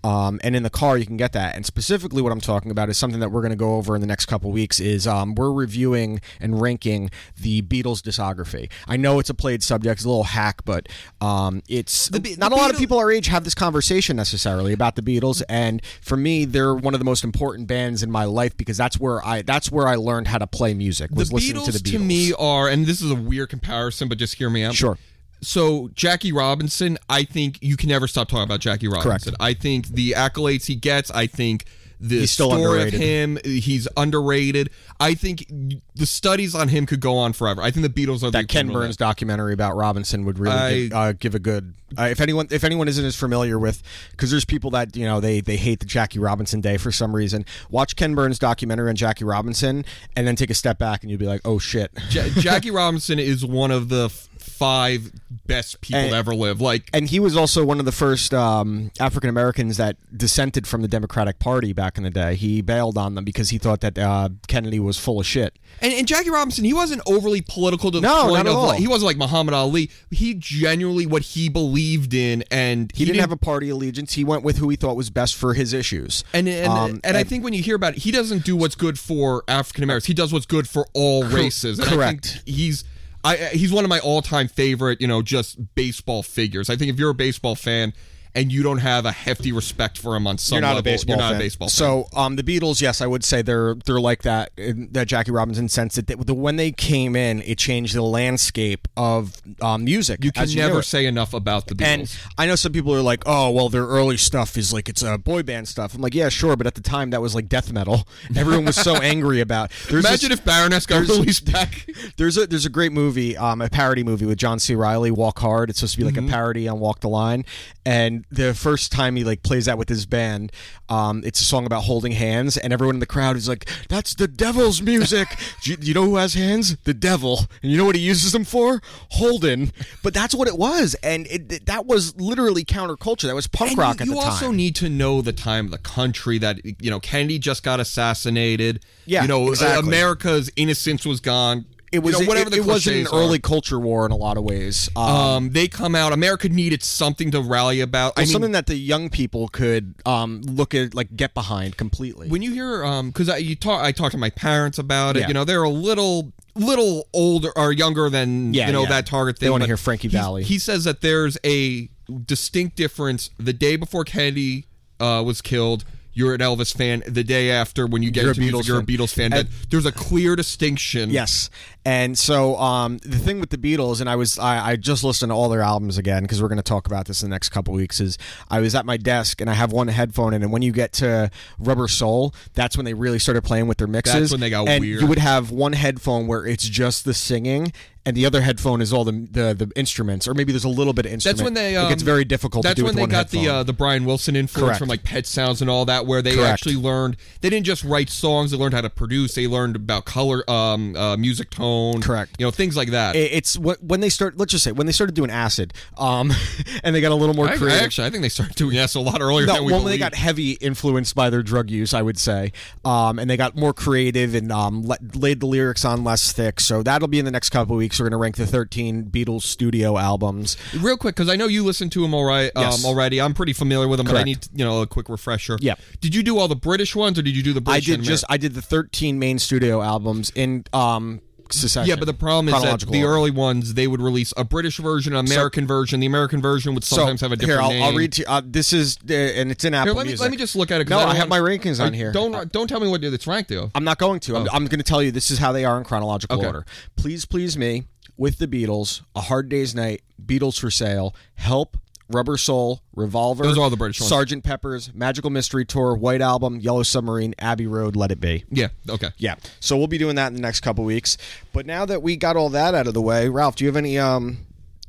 Um, and in the car, you can get that. And specifically, what I'm talking about is something that we're going to go over in the next couple weeks. Is um, we're reviewing and ranking the Beatles discography. I know it's a played subject, it's a little hack, but um, it's Be- not the a lot of Beatles- people our age have this conversation necessarily about the Beatles, and for me, they're one of the most important bands in my life because that's where I that's where I learned how to play music was the listening Beatles to the Beatles. to me are, and this is a weird comparison, but just hear me out. Sure. So Jackie Robinson, I think you can never stop talking about Jackie Robinson. I think the accolades he gets, I think the He's still story underrated. of him. He's underrated. I think the studies on him could go on forever. I think the Beatles are the that Ken equivalent Burns of documentary about Robinson would really I- give, uh, give a good. Uh, if anyone, if anyone isn't as familiar with, because there's people that you know they they hate the Jackie Robinson day for some reason. Watch Ken Burns documentary on Jackie Robinson, and then take a step back, and you'll be like, oh shit. Ja- Jackie Robinson is one of the f- five best people And- to ever live. Like And he was also one of the first um, African Americans that dissented from the Democratic Party back in the day. He bailed on them because he thought that uh, Kennedy was full of shit. And, and Jackie Robinson, he wasn't overly political to the No, point not at of all. like he wasn't like Muhammad Ali. He genuinely what he believed in, and He, didn't, have a party allegiance. He went with who he thought was best for his issues. And and, Um, and I think when you hear about it, he doesn't do what's good for African Americans. He does what's good for all races. And I correct. think he's I I- he's one of my all time favorite. You know, just baseball figures. I think if you're a baseball fan and you don't have a hefty respect for him on some you're not a level, baseball. you're not fan. a baseball. fan. So, um, the Beatles, yes, I would say they're they're like that. in That Jackie Robinson sense that they, the, when they came in, it changed the landscape of um, music. you can as never knew it. say enough about the Beatles. And I know some people are like, "Oh, well, their early stuff is like it's a boy band stuff." I'm like, "Yeah, sure," but at the time, that was like death metal. Everyone was so angry about. There's Imagine this- if Baroness got there's- released back. There's a there's a great movie, um, a parody movie with John C. Riley, Walk Hard. It's supposed to be Mm-hmm. like a parody on Walk the Line, and the first time he like plays that with his band, um, it's a song about holding hands, and everyone in the crowd is like, "That's the devil's music." Do you, you know who has hands? The devil, and you know what he uses them for? Holden. But that's what it was, and it, it- that was literally counterculture. That was punk And rock you, at the you time. also need to know the time of the country that you know Kennedy just got assassinated. Yeah, you know exactly. America's innocence was gone. it was you know, whatever it, the it wasn't an cliches are. early culture war in a lot of ways. Um, Um, they come out. America needed something to rally about. I Well, mean, something that the young people could um, look at, like get behind completely. when you hear um, because I you talk, I talked to my parents about it. Yeah. You know, they're a little little older or younger than Yeah, you know yeah. that target They thing. wanna but hear Frankie he's- Valli. He says that there's a distinct difference the day before Kennedy uh, was killed. You're an Elvis fan. The day after, when you get You're a into music, Beatles you're a fan. Beatles fan. That there's a clear distinction. yes, and so um, the thing with the Beatles, and I was I, I just listened to all their albums again because we're going to talk about this in the next couple weeks. Is I was at my desk and I have one headphone in, and when you get to Rubber Soul, that's when they really started playing with their mixes. when they got and weird. You would have one headphone where it's just the singing. And the other headphone is all the, the the instruments, or maybe there's a little bit of instrument. That's when they. It Um, gets very difficult. That's to do when with they one got the headphone. uh, the Brian Wilson influence Correct. from like Pet Sounds and all that, where they Correct. actually learned. They didn't just write songs; they learned how to produce. They learned about color, um, uh, music tone, Correct. You know, things like that. it- it's what when they start. Let's just say when they started doing acid, um, and they got a little more I, I creative. actually, I think they started doing yes a lot earlier No, than we well, when they believe. got heavy influenced by their drug use, I would say, um, and they got more creative and um, let, laid the lyrics on less thick. So that'll be in the next couple of weeks. We're going to rank the 13 Beatles studio albums. Real quick, because I know you listened to them all right, um, Yes. already. I'm pretty familiar with them, but I Correct. need you know a quick refresher. Yeah. Did you do all the British ones, or did you do the I British? did and just I did the 13 main studio albums in um, succession. Yeah, but the problem is that Chronological the order. early ones they would release a British version, an American version. The American version would sometimes have a different here, I'll, name. I'll read to you. Uh, this is uh, and it's in Apple Here, let me Music. let me just look at it. 'cause No, don't I have wanna- my rankings on I- here. Don't don't tell me what it's ranked to. I'm not going to. I'm, I'm going to tell you this is how they are in chronological Oh. Okay. order. Please, please me with the Beatles, A Hard Day's Night, Beatles for Sale, Help, Rubber Soul, Revolver. Those are all the British ones. Sergeant Pepper's, Magical Mystery Tour, White Album, Yellow Submarine, Abbey Road, Let It Be. Yeah. Okay. Yeah. So we'll be doing that in the next couple weeks. But now that we got all that out of the way, Ralph, do you have any um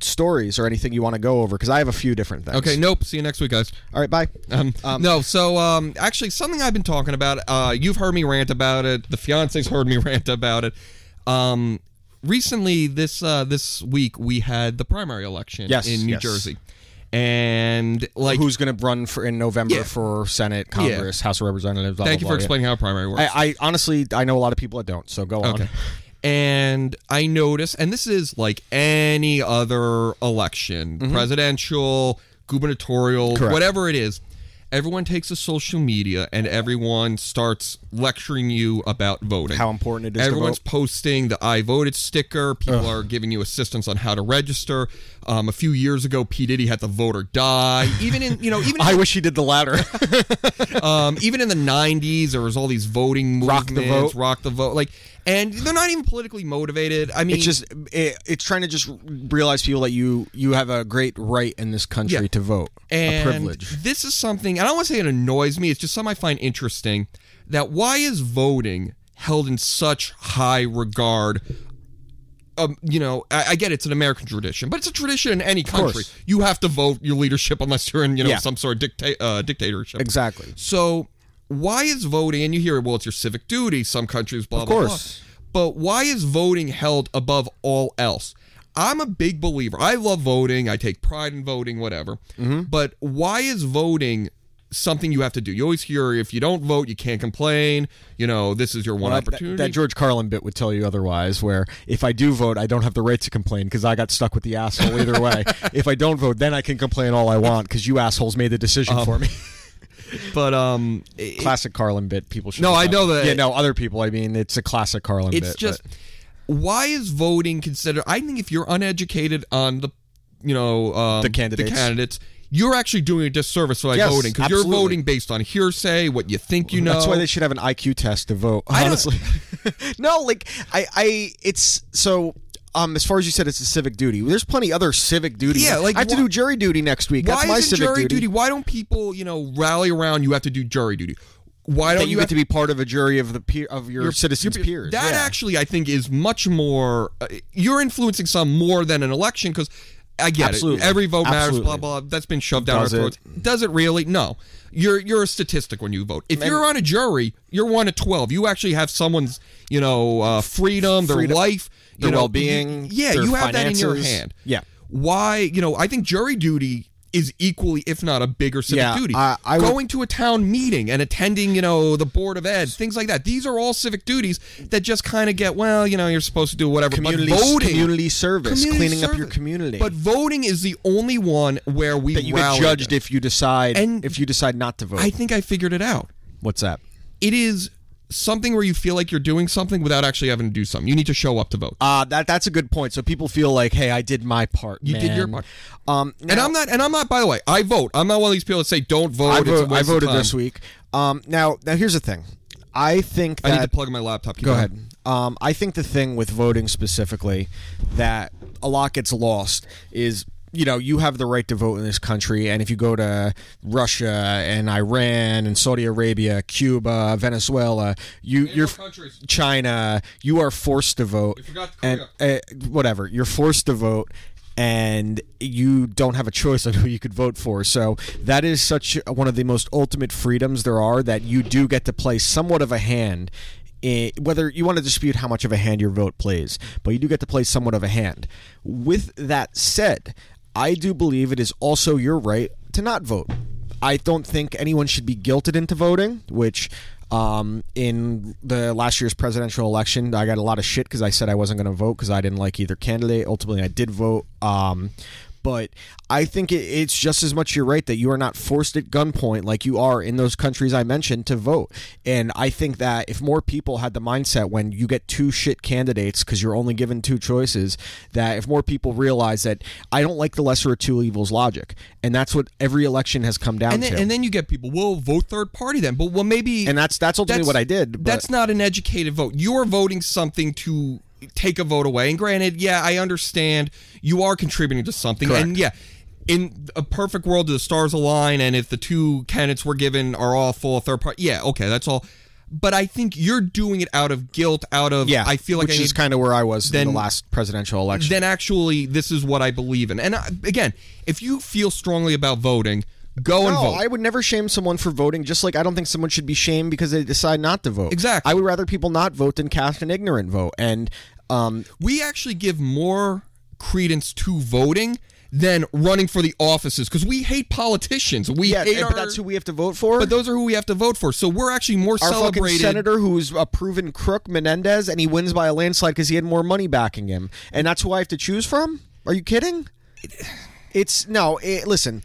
stories or anything you want to go over? Because I have a few different things. Okay. Nope. See you next week, guys. All right. Bye. Um, no. So um, actually, something I've been talking about. Uh, you've heard me rant about it. The fiance's heard me rant about it. Um, recently, this uh, this week we had the primary election Yes, in New yes. Jersey, and like, Who's going to run for in November Yeah. for Senate, Congress, House of Representatives? Blah, thank you blah, for blah, yeah. explaining how a primary works. I, I honestly, I know a lot of people that don't. So go on. Okay. And I notice, and this is like any other election, presidential, gubernatorial, Mm-hmm. Correct. whatever it is, everyone takes to social media and everyone starts lecturing you about voting. How important it is to Everyone's vote. posting the I voted sticker. People are giving you assistance on how to register. Um, a few years ago, P. Diddy had the vote or die. Even in, you know, even in I wish he did the latter. um, even in the '90s, there was all these voting Rock movements, the vote. rock the vote, like, and they're not even politically motivated. I mean, it's just, it, it's trying to just realize people that you you have a great right in this country Yeah. to vote, and a privilege. This is something, and I don't want to say it annoys me, it's just something I find interesting that why is voting held in such high regard? Um, you know, I, I get it's an American tradition, but it's a tradition in any country. course. You have to vote your leadership unless you're in, you know, Yeah. some sort of dicta- uh, dictatorship. Exactly. Uh, So why is voting? And you hear, well, it's your civic duty. Some countries, blah blah course. blah. But why is voting held above all else? I'm a big believer. I love voting. I take pride in voting. Whatever. Mm-hmm. But why is voting? Something you have to do. You always hear if you don't vote, you can't complain. You know this is your one Well, that- opportunity. That, George Carlin bit would tell you otherwise, where if I do vote, I don't have the right to complain because I got stuck with the asshole either way. if I don't vote, then I can complain all I want because you assholes made the decision Um, for me. but um, classic Carlin bit. People should. No, look I up. know that- Yeah, no, other people. I mean, it's a classic Carlin bit. it's just why is voting considered i think if you're uneducated on the you know um, The candidates. candidates, you're actually doing a disservice by Yes, voting because you're absolutely. voting based on hearsay what you think you know That's why they should have an IQ test to vote. Honestly, no, like I, I, it's so. Um, as far as you said, it's a civic duty. There's plenty other civic duty. Yeah, like, I have why- to do jury duty next week. why That's my is civic jury duty? why don't people you know rally around you have to do jury duty why That don't you get to be part of a jury of the peer of your, citizens' peers. That yeah. actually, I think, is much more. Uh, you're influencing some more than an election because I get Absolutely. it. Every vote matters. Absolutely. Blah blah. That's been shoved down Does our it? throats. Does it really? No. You're you're a statistic when you vote. If you're on a jury, you're one of twelve. You actually have someone's you know uh, freedom, their Freedom. life, Their you know, well-being, you- yeah, their you have that in your finances. hand. Yeah. Why? You know, I think jury duty. Is equally, if not a bigger civic Yeah, duty. I- I would- Going going to a town meeting and attending, you know, the board of ed, things like that. These are all civic duties that just kind of get, well, you know, you're supposed to do whatever. Community- but voting, community service, cleaning up your community. But voting is the only one where we that you rally get judged them. if you decide And- if you decide not to vote. I think I figured it out. What's that? It is something where you feel like you're doing something without actually having to do something. You need to show up to vote. Uh, that that's a good point. So people feel like, hey, I did my part. You did your part. Um, and now- I'm not. And I'm not. By the way, I vote. I'm not one of these people that say don't vote. I, it's a vote, I waste of voted time." this week. Um, now, now here's the thing. I think I that need to plug in my laptop. Keep go going. ahead. Um, I think the thing with voting specifically that a lot gets lost is you know you have the right to vote in this country, and if you go to Russia and Iran and Saudi Arabia, Cuba, Venezuela, you you're countries. China, you are forced to vote. forgot and uh, whatever you're forced to vote and you don't have a choice on who you could vote for so that is such one of the most ultimate freedoms there are that you do get to play somewhat of a hand eh, whether you want to dispute how much of a hand your vote plays but you do get to play somewhat of a hand with that said i do believe it is also your right to not vote i don't think anyone should be guilted into voting which um, in the last year's presidential election, I got a lot of shit because I said I wasn't going to vote because I didn't like either candidate. Ultimately, I did vote. Um, but I think it, it's just as much your right that you are not forced at gunpoint like you are in those countries I mentioned to vote. And I think that if more people had the mindset when you get two shit candidates because you're only given two choices, that if more people realize that I don't like the lesser of two evils logic, and that's what every election has come down and then, to. and then you get people, well, vote third party then. But well, maybe. And that's- that's ultimately what I did, but- That's not an educated vote. You're voting something to take a vote away. And granted, yeah, I understand you are contributing to something. And yeah, in a perfect world, the stars align, and if the two candidates we're given are all full third party, yeah, okay, that's all. But I think you're doing it out of guilt, out of yeah, I feel like which I is need- kind of where I was in then- the last presidential election. then actually this is what I believe in. And I, again, if you feel strongly about voting, go and no, vote. I would never shame someone for voting. Just like I don't think someone should be shamed because they decide not to vote. Exactly. I would rather people not vote than cast an ignorant vote. And um, we actually give more credence to voting than running for the offices because we hate politicians. We yeah, hate but our, that's who we have to vote for. but those are who we have to vote for. So we're actually more our fucking celebrated. senator who's a proven crook, Menendez, and he wins by a landslide because he had more money backing him, and that's who I have to choose from. Are you kidding? It's no. It, listen,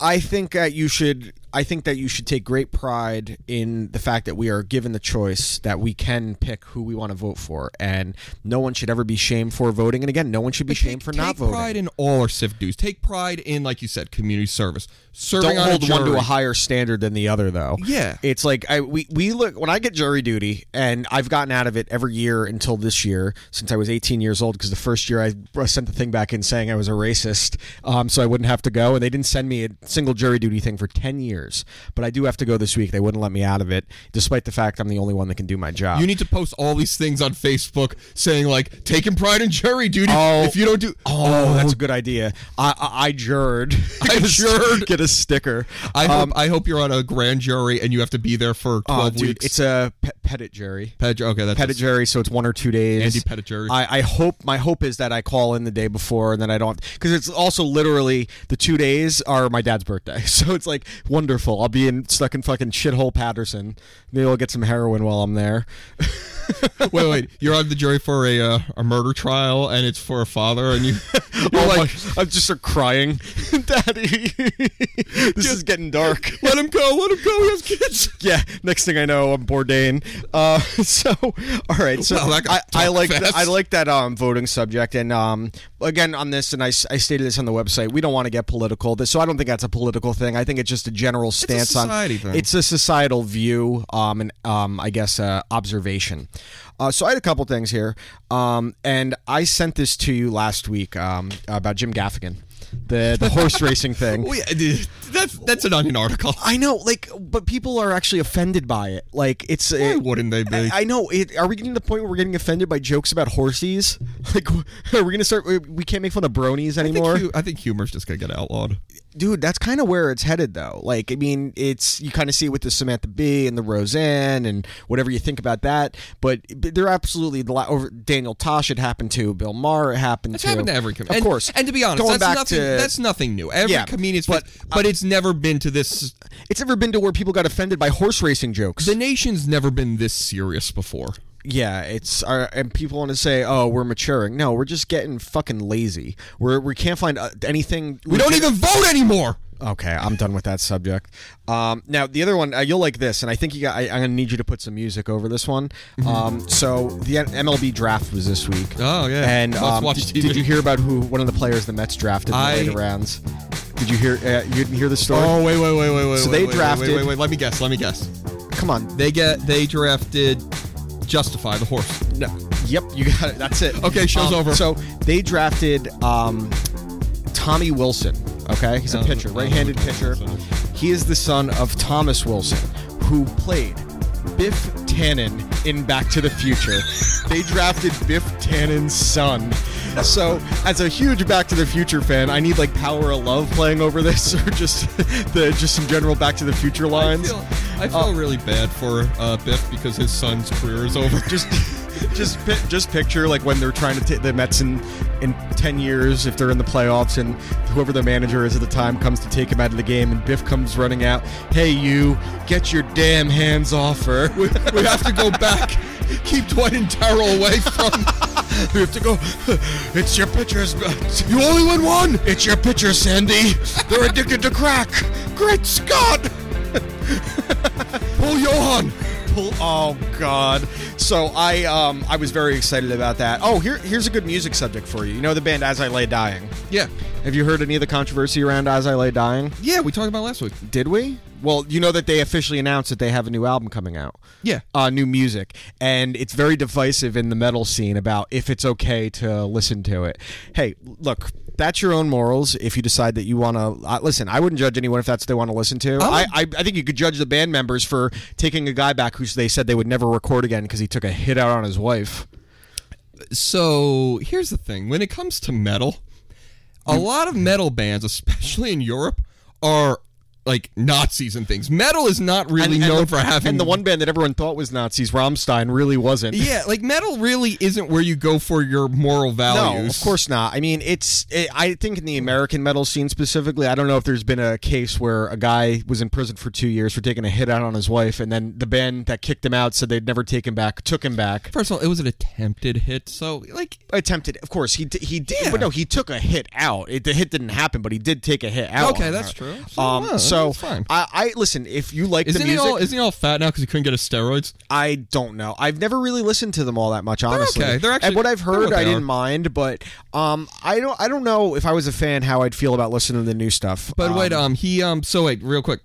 I think that you should. I think that you should take great pride in the fact that we are given the choice that we can pick who we want to vote for, and no one should ever be shamed for voting. And again, no one should be Take- shamed for not take voting. pride in all our civic duties. Take pride in, like you said, community service. Serving don't on a hold jury. one to a higher standard than the other though Yeah. it's like i we, we look when i get jury duty and i've gotten out of it every year until this year since i was 18 years old because the first year i sent the thing back in saying i was a racist um, so i wouldn't have to go and they didn't send me a single jury duty thing for 10 years years, but I do have to go this week. They wouldn't let me out of it, despite the fact I'm the only one that can do my job. You need to post all these things on Facebook saying like taking pride in jury duty. Oh. if you don't do, Oh, that's a good idea. I I, I jured. I Get a st- jured. Get a sticker. I Um, hope I hope you're on a grand jury and you have to be there for oh, twelve dude, weeks. it's a pe- petit jury. Ped- okay, that's Petit jury, so it's one or two days. Andy Petit jury. I, I hope my hope is that I call in the day before and then I don't because it's also literally the two days are my dad's birthday, so it's like wonderful. I'll be in stuck in fucking shithole Patterson. Maybe I'll get some heroin while I'm there. wait, wait. You're on the jury for a uh, a murder trial, and it's for a father, and you you're Oh my- like, I'm just start crying, Daddy. this is getting dark. let him go, let him go. He has kids. yeah. Next thing I know, I'm Bourdain. Uh, so, all right. So Wow, that guy I, I talked like fast. I like that um, voting subject. And um, again, on this, and I, s- I stated this on the website. We don't want to get political. This, so I don't think that's a political thing. I think it's just a general stance society on thing. it's a societal view. Um, and um, I guess uh, observation. Uh, so I had a couple things here. Um, and I sent this to you last week. Um, about Jim Gaffigan. The, the horse racing thing. Oh, yeah, dude, that's that's an onion article. I know, like, but people are actually offended by it. Like, it's Why wouldn't they be? I, I know. It, are we getting to the point where we're getting offended by jokes about horsies? Like, are we going to start? We can't make fun of bronies I think, anymore, hu- I think humor's just gonna get outlawed. dude. That's kind of where it's headed, though. Like, I mean, it's you kind of see it with the Samantha Bee and the Roseanne and whatever you think about that. But they're absolutely the la- over Daniel Tosh. It happened to Bill Maher. It happened It's to happened to every comedian. Of course, And to be honest, going that's back nothing. to that's nothing new. Every Yeah, comedian's but- but but it's never been to this. it's ever been to where people got offended by horse racing jokes. The nation's never been this serious before. yeah, it's our, and people want to say, "Oh, we're maturing." No, we're just getting fucking lazy. We're we can't find uh, anything. We don't even vote anymore. Okay, I'm done with that subject. Um, now the other one, uh, you'll like this, and I think you got. I, I'm gonna need you to put some music over this one. Um, so the N- MLB draft was this week. Mm-hmm. Oh, yeah. and Must um, watch did, TV. did you hear about who one of the players the Mets drafted in I- the later rounds? Did you hear? Uh, you didn't hear the story? Oh wait, wait, wait, wait, wait. So wait, they wait, wait, drafted- Wait, wait, wait. Let me guess. Let me guess. come on! They get they drafted Justify the horse. No. Yep, you got it. That's it. Okay, show's Um, over. So they drafted um, Tommy Wilson. Okay, he's a Thousand- pitcher, right-handed pitcher. thousand Wilson. He is the son of Thomas Wilson, who played Biff Tannen in Back to the Future. they drafted Biff Tannen's son. So, as a huge Back to the Future fan, I need like Power of Love playing over this, or just the just some general Back to the Future I lines. feel, I feel really bad for uh, Biff because his son's career is over. just just pi- just picture like when they're trying to take the Mets in in 10 years if they're in the playoffs and whoever the manager is at the time comes to take him out of the game and Biff comes running out hey you get your damn hands off her we, we have to go back. Keep Dwight and Daryl away from. we have to go it's your pitchers you only win one it's your pitcher Sandy they're addicted to crack great Scott Pull Johan. Pull- Oh God! So I um I was very excited about that. Oh, here here's a good music subject for you. You know the band As I Lay Dying. Yeah, Have you heard any of the controversy around As I Lay Dying? yeah. We talked about last week. Did we? Well, you know that they officially announced that they have a new album coming out. Yeah. Uh, new music. And it's very divisive in the metal scene about if it's okay to listen to it. Hey, look, that's your own morals if you decide that you want to. Uh, listen, I wouldn't judge anyone if that's what they want to listen to. I, I, I think you could judge the band members for taking a guy back who they said they would never record again because he took a hit out on his wife. So here's the thing: when it comes to metal, a lot of metal bands, especially in Europe, are like Nazis and things. Metal is not really known the, for having And the one band that everyone thought was Nazis, Rammstein, really wasn't. Yeah, like metal really isn't where you go for your moral values. No, of course not. I mean, it's. It, I think in the American metal scene specifically, I don't know if there's been a case where a guy was in prison for two years for taking a hit out on his wife, and then the band that kicked him out said they'd never take him back, took him back. First of all, it was an attempted hit, so like Attempted, of course. He d- he did, but no, he took a hit out. It, the hit didn't happen, but he did take a hit out. Okay, on that's her. true. So, Um, well, so that's fine. I, I listen. If you like isn't the music, he all isn't he all fat now because he couldn't get his steroids? I don't know. I've never really listened to them all that much, honestly. okay. They're actually- and what I've they're heard, what they I are. didn't mind, but um, I don't. I don't know if I was a fan how I'd feel about listening to the new stuff. But um, wait, um, he um, so wait, real quick.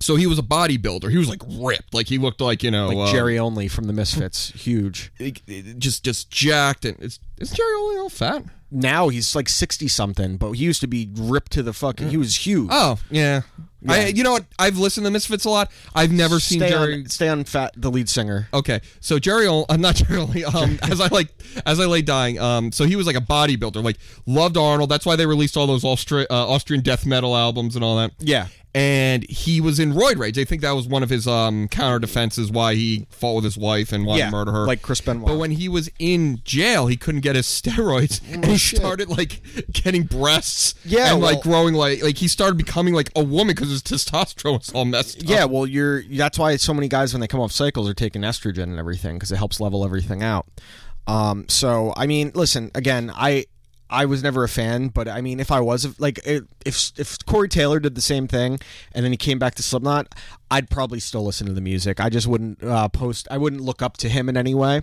So he was a bodybuilder. He was like ripped, like he looked like you know like uh, Jerry only from the Misfits, huge. like, just just jacked. And is is Jerry only all fat? Mm. Now he's like sixty something, but he used to be ripped to the fucking. He was huge. Oh yeah, I, you know what? I've listened to Misfits a lot. I've never seen Stay Jerry. on, stay on Fat, the lead singer. Okay, so Jerry, Ol- I'm not Jerry. Ol- Um, as I like, as I lay dying. Um, so he was like a bodybuilder, like loved Arnold. That's why they released all those Austra- uh, Austrian death metal albums and all that. Yeah. and he was in roid rage. They think that was one of his um, counter defenses why he fought with his wife and wanted Yeah, to murder her, like Chris Benoit. But when he was in jail, he couldn't get his steroids, and he started like getting breasts, Oh, Yeah, and like well- growing like like he started becoming like a woman because his testosterone was all messed up. Yeah, well, you're. That's why so many guys when they come off cycles are taking estrogen and everything because it helps level everything out. Um, so I mean, listen, again, I I was never a fan, but I mean, if I was like, it, if if Corey Taylor did the same thing and then he came back to Slipknot, I'd probably still listen to the music. I just wouldn't uh, post. I wouldn't look up to him in any way.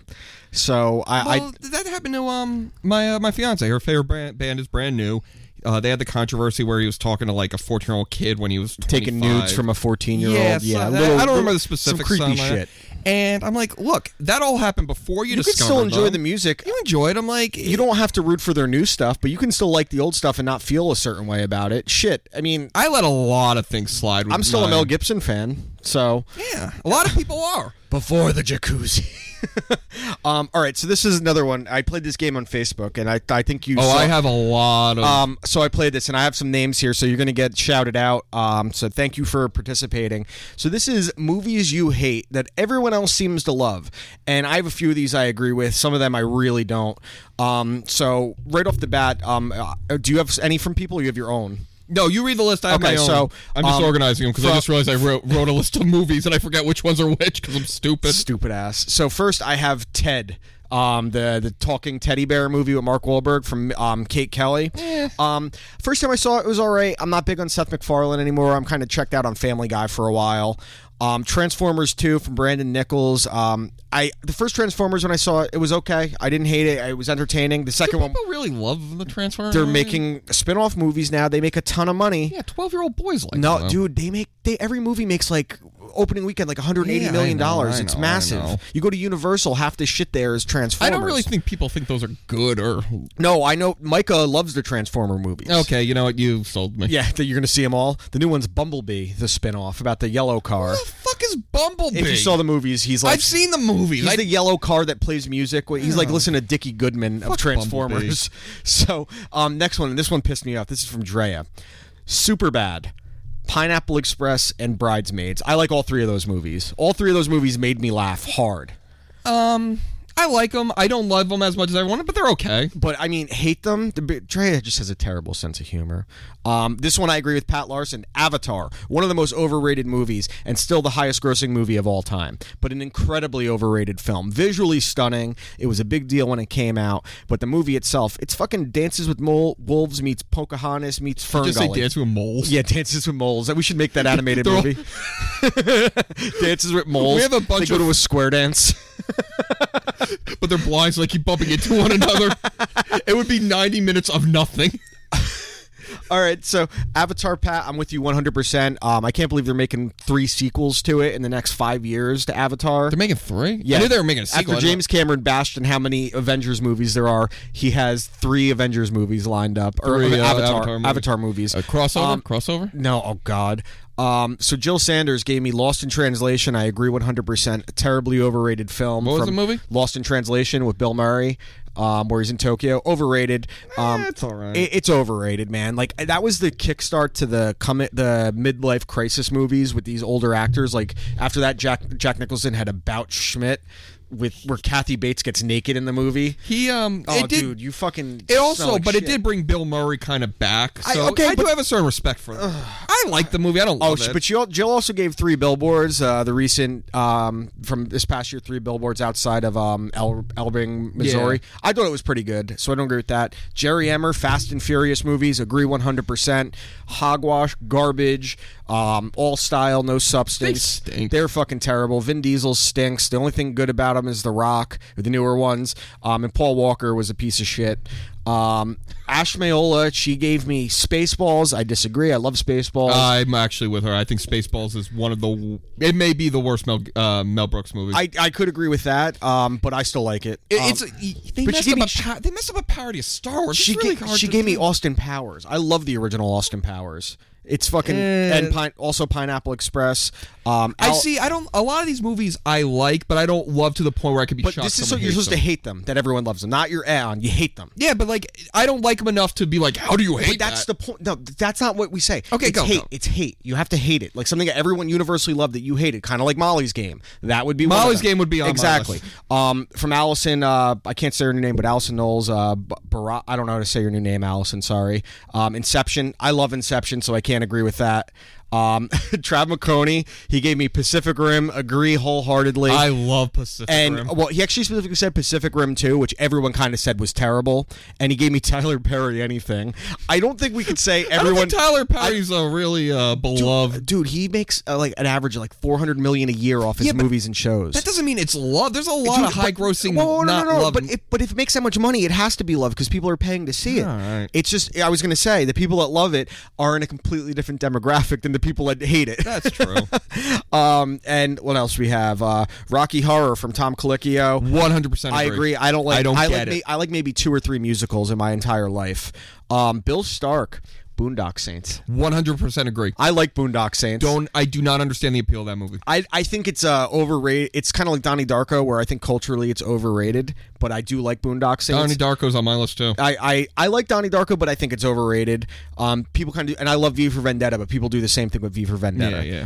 So I, Well, did that happen to um my uh, my fiance? Her favorite brand, band is brand new. Uh, they had the controversy where he was talking to like a 14 year old kid when he was I taking 25. nudes from a fourteen year Yeah, old. Yeah, so that- little- I don't remember the some specifics. creepy something like shit. that. And I'm like, look, that all happened before you, You can discovered still enjoy them. the music. You enjoyed. I'm like, you don't have to root for their new stuff, but you can still like the old stuff and not feel a certain way about it. Shit, I mean, I let a lot of things slide. With I'm still a mine. Mel Gibson fan, so Yeah, a lot of people are. before the jacuzzi. um, all right, so this is another one. I played this game on Facebook, and I I think you. Oh, saw- I have a lot of. Um, so I played this, and I have some names here, so you're gonna get shouted out. Um, so thank you for participating. So this is movies you hate that everyone else seems to love, and I have a few of these I agree with. Some of them I really don't. Um, so right off the bat, um, uh, do you have any from people? Or you have your own. no, you read the list. I have okay, my own. so, I'm just um, organizing them because I from- just realized I wrote, wrote a list of movies and I forget which ones are which because I'm stupid. Stupid ass. So first, I have Ted. Um, the the talking teddy bear movie with Mark Wahlberg from um, Kate Kelly. Um, first time I saw it, it was all right. I'm not big on Seth MacFarlane anymore. I'm kind of checked out on Family Guy for a while. Um, Transformers 2 from Brandon Nichols. Um, I the first Transformers when I saw it, it was okay. I didn't hate it. It was entertaining. The second one, People really love the Transformers. they're movies. making spin-off movies now. They make a ton of money. yeah, 12 year old boys like No, them. dude, they make they every movie makes like opening weekend like 180 Yeah, I million know, dollars. I It's know, I know. massive. You go to Universal, half the shit there is I Transformers. don't really think people think those are good or No, I know Micah loves the Transformer movies. okay. You know what? You sold me. Yeah, that you're gonna see them all. The new one's Bumblebee, the spin-off about the yellow car. What the fuck is Bumblebee? If you saw the movies, he's like I've seen the movies. He's I- the yellow car that plays music. Wait, He's like, listen to Dickie Goodman of Transformers. So, um, next one, and this one pissed me off. This is from Drea. Super bad. Pineapple Express and Bridesmaids. I like all three of those movies. All three of those movies made me laugh hard. Um, I like them. I don't love them as much as I want, but they're okay. But I mean, hate them. The bi- Drea just has a terrible sense of humor. Um, this one I agree with Pat Larson. Avatar, one of the most overrated movies, and still the highest-grossing movie of all time. But an incredibly overrated film. Visually stunning. It was a big deal when it came out. But the movie itself, it's fucking Dances with Mole- Wolves meets Pocahontas meets Ferngully. Just say dance with moles. Yeah, Dances with Moles. We should make that animated They're all- movie. Dances with Moles. We have a bunch They go of- to a square dance. but they're blind, so they keep bumping into one another. it would be ninety minutes of nothing. All right, so Avatar, Pat, I'm with you 100%. Um, I can't believe they're making three sequels to it in the next five years to Avatar. They're making three. I knew they were making a sequel. I After didn't- James Cameron bashed on how many Avengers movies there are, he has three Avengers movies lined up. Or Three, uh, Avatar, Avatar movies. movies. a crossover. Um, crossover. no, oh God. Um, so Jill Sanders gave me Lost in Translation. I agree 100%. A terribly overrated film. What was from the movie? Lost in Translation with Bill Murray, um, where he's in Tokyo. Overrated. Um, Eh, it's all right. it- it's overrated, man. Like that was the kickstart to the come the midlife crisis movies with these older actors. Like after that, Jack Jack Nicholson had about Schmidt. With where Kathy Bates gets naked in the movie. He um. Oh, it did, dude, you fucking. It smell also, like but it shit. did bring Bill Murray kind of back. So I- I, okay, do but- have a certain respect for them. I like the movie. I don't Oh, love she, it. but she, al- Jill also gave three billboards. Uh, the recent um, from this past year, three billboards outside of um, El- Elbing, Missouri. I thought it was pretty good, so I don't agree with that. Jerry Emmer, Fast and Furious movies, agree one hundred percent. Hogwash, garbage, um, all style, no substance. They stink. are fucking terrible. Vin Diesel stinks. The only thing good about him is The Rock, the newer ones, um, and Paul Walker was a piece of shit. Um, Ash Maola, she gave me Spaceballs. I disagree. I love Spaceballs. I'm actually with her. I think Spaceballs is one of the. w- It may be the worst Mel uh, Mel Brooks movie. I, I could agree with that, um, but I still like it. It- Um, it's they but messed, she up gave a me- pa- they messed up a parody of Star Wars. she it's really ga- hard she to gave me do. Austin Powers. I love the original Austin Powers. It's fucking and pine, also Pineapple Express. Um, I Al- see. I don't. A lot of these movies I like, but I don't love to the point where I could be. But shocked this is so someone you're hates supposed them. to hate them that everyone loves them, not your on. You hate them. Yeah, but like I don't like them enough to be like, how do you hate? But that's that? the point. No, that's not what we say. Okay, it's go, hate. go. It's hate. You have to hate it. Like something that everyone universally loved that you hated, kind of like Molly's Game. That would be one of Molly's them. Game would be on my exactly. list. Um, from Allison, uh, I can't say her new name, but Allison Knowles. Uh, B- Bara- I don't know how to say your new name, Allison. Sorry. Um, Inception. I love Inception, so I can't agree with that. Um, Trav McConey. He gave me Pacific Rim. Agree wholeheartedly. I love Pacific And uh, Rim. well, he actually specifically said Pacific Rim 2, which everyone kind of said was terrible. And he gave me Tyler Perry anything. I don't think we could say Everyone, everyone. Tyler Perry's a really uh, beloved. Dude, he makes uh, like an average of like 400 million a year off his Yeah, but movies and shows. that doesn't mean it's love. There's a lot Dude, of high but- grossing, Well, no, not no, no, love. But if, but if it makes that much money, it has to be loved because people are paying to see it. Alright. It's just I was going to say the people that love it are in a completely different demographic than the people that hate it. that's true. um, and what else we have? Uh, Rocky Horror from Tom Colicchio. One hundred percent. I agree. I don't like. I don't I get like, it. ma- I like maybe two or three musicals in my entire life. Um, Bill Stark, Boondock Saints. One hundred percent agree. I like Boondock Saints. Don't. I do not understand the appeal of that movie. I, I think it's uh, overrated. It's kind of like Donnie Darko, where I think culturally it's overrated, but I do like Boondock Saints. Donnie Darko's on my list too. I, I, I like Donnie Darko, but I think it's overrated. Um, people kind of, do, and I love V for Vendetta, but people do the same thing with V for Vendetta. Yeah, yeah.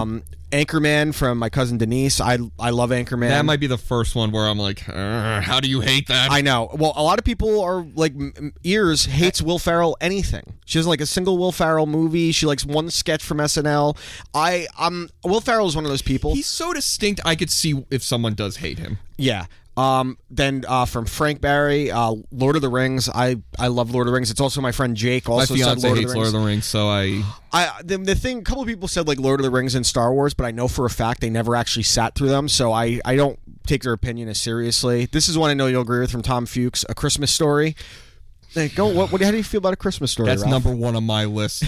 Um, Anchorman from my cousin Denise. I I love Anchorman. that might be the first one where I'm like, "Arr, how do you hate that? I know. Well, a lot of people are like m- m- ears hates Will Ferrell anything. She doesn't like a single Will Ferrell movie. She likes one sketch from SNL. I um Will Ferrell is one of those people. He's so distinct. I could see if someone does hate him. yeah. Um then uh from Frank Barry, uh Lord of the Rings. I I love Lord of the Rings. It's also my friend Jake My also said fiance Lord of, hates the Lord Rings. of the Rings, so I. I the, the thing a couple of people said like Lord of the Rings and Star Wars, but I know for a fact they never actually sat through them, so I I don't take their opinion as seriously. This is one I know you'll agree with from Tom Fuchs, A Christmas Story. Hey, go. What, what? How do you feel about a Christmas story? That's Ralph? number one on my list.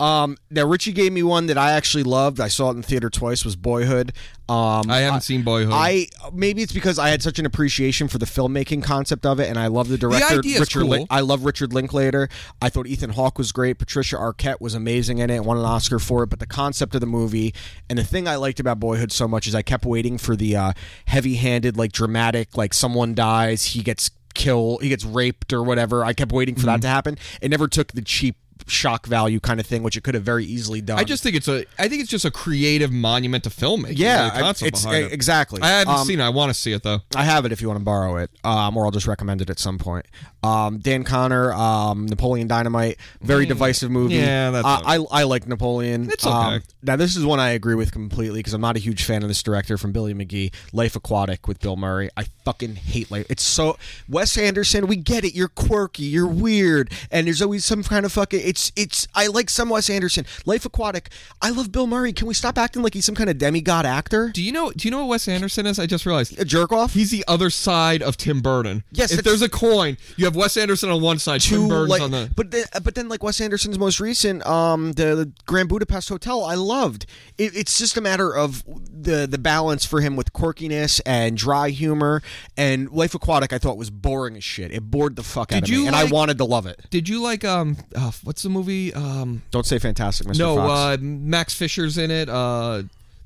Um, now Richie gave me one that I actually loved. I saw it in theater twice. Was Boyhood. Um, I haven't seen Boyhood. I maybe it's because I had such an appreciation for the filmmaking concept of it, and I love the director. idea is Richard Lin- cool. I love Richard Linklater. I thought Ethan Hawke was great. Patricia Arquette was amazing in it. Won an Oscar for it. But the concept of the movie and the thing I liked about Boyhood so much is I kept waiting for the uh, heavy-handed, like dramatic, like someone dies, he gets killed, he gets raped or whatever. I kept waiting for Mm-hmm. that to happen. It never took the cheap shock value kind of thing, which it could have very easily done. I just think it's a. I think it's just a creative monument to filmmaking. yeah, the I- concept it's e, behind it. exactly. I haven't Um, seen. it. I want to see it though. I have it if you want to borrow it, um, or I'll just recommend it at some point. Um, Dan Connor, um, Napoleon Dynamite, very divisive movie. Mm. Yeah, that's uh, I, I like Napoleon. It's okay. Um, now this is one I agree with completely because I'm not a huge fan of this director from Billy McGee, Life Aquatic with Bill Murray. I fucking hate Life. It's so Wes Anderson. We get it. You're quirky. You're weird, and there's always some kind of fucking. It's it's. I like some Wes Anderson. Life Aquatic. I love Bill Murray. Can we stop acting like he's some kind of demigod actor? Do you know? Do you know what Wes Anderson is? I just realized. A jerk off. He's the other side of Tim Burton. Yes, If that's- there's a coin, you have Wes Anderson on one side, Tim too, Burton's like, on the. But then, uh, but then like Wes Anderson's most recent, um, the, the Grand Budapest Hotel, I loved. It, it's just a matter of the the balance for him with quirkiness and dry humor. And Life Aquatic, I thought was boring as shit. It bored the fuck out Did of you me, and I like- wanted to love it. Did you like um? Uh, what's the movie? Um. Don't say fantastic, Mr. No, Fox. uh, Max Fisher's in it. Uh,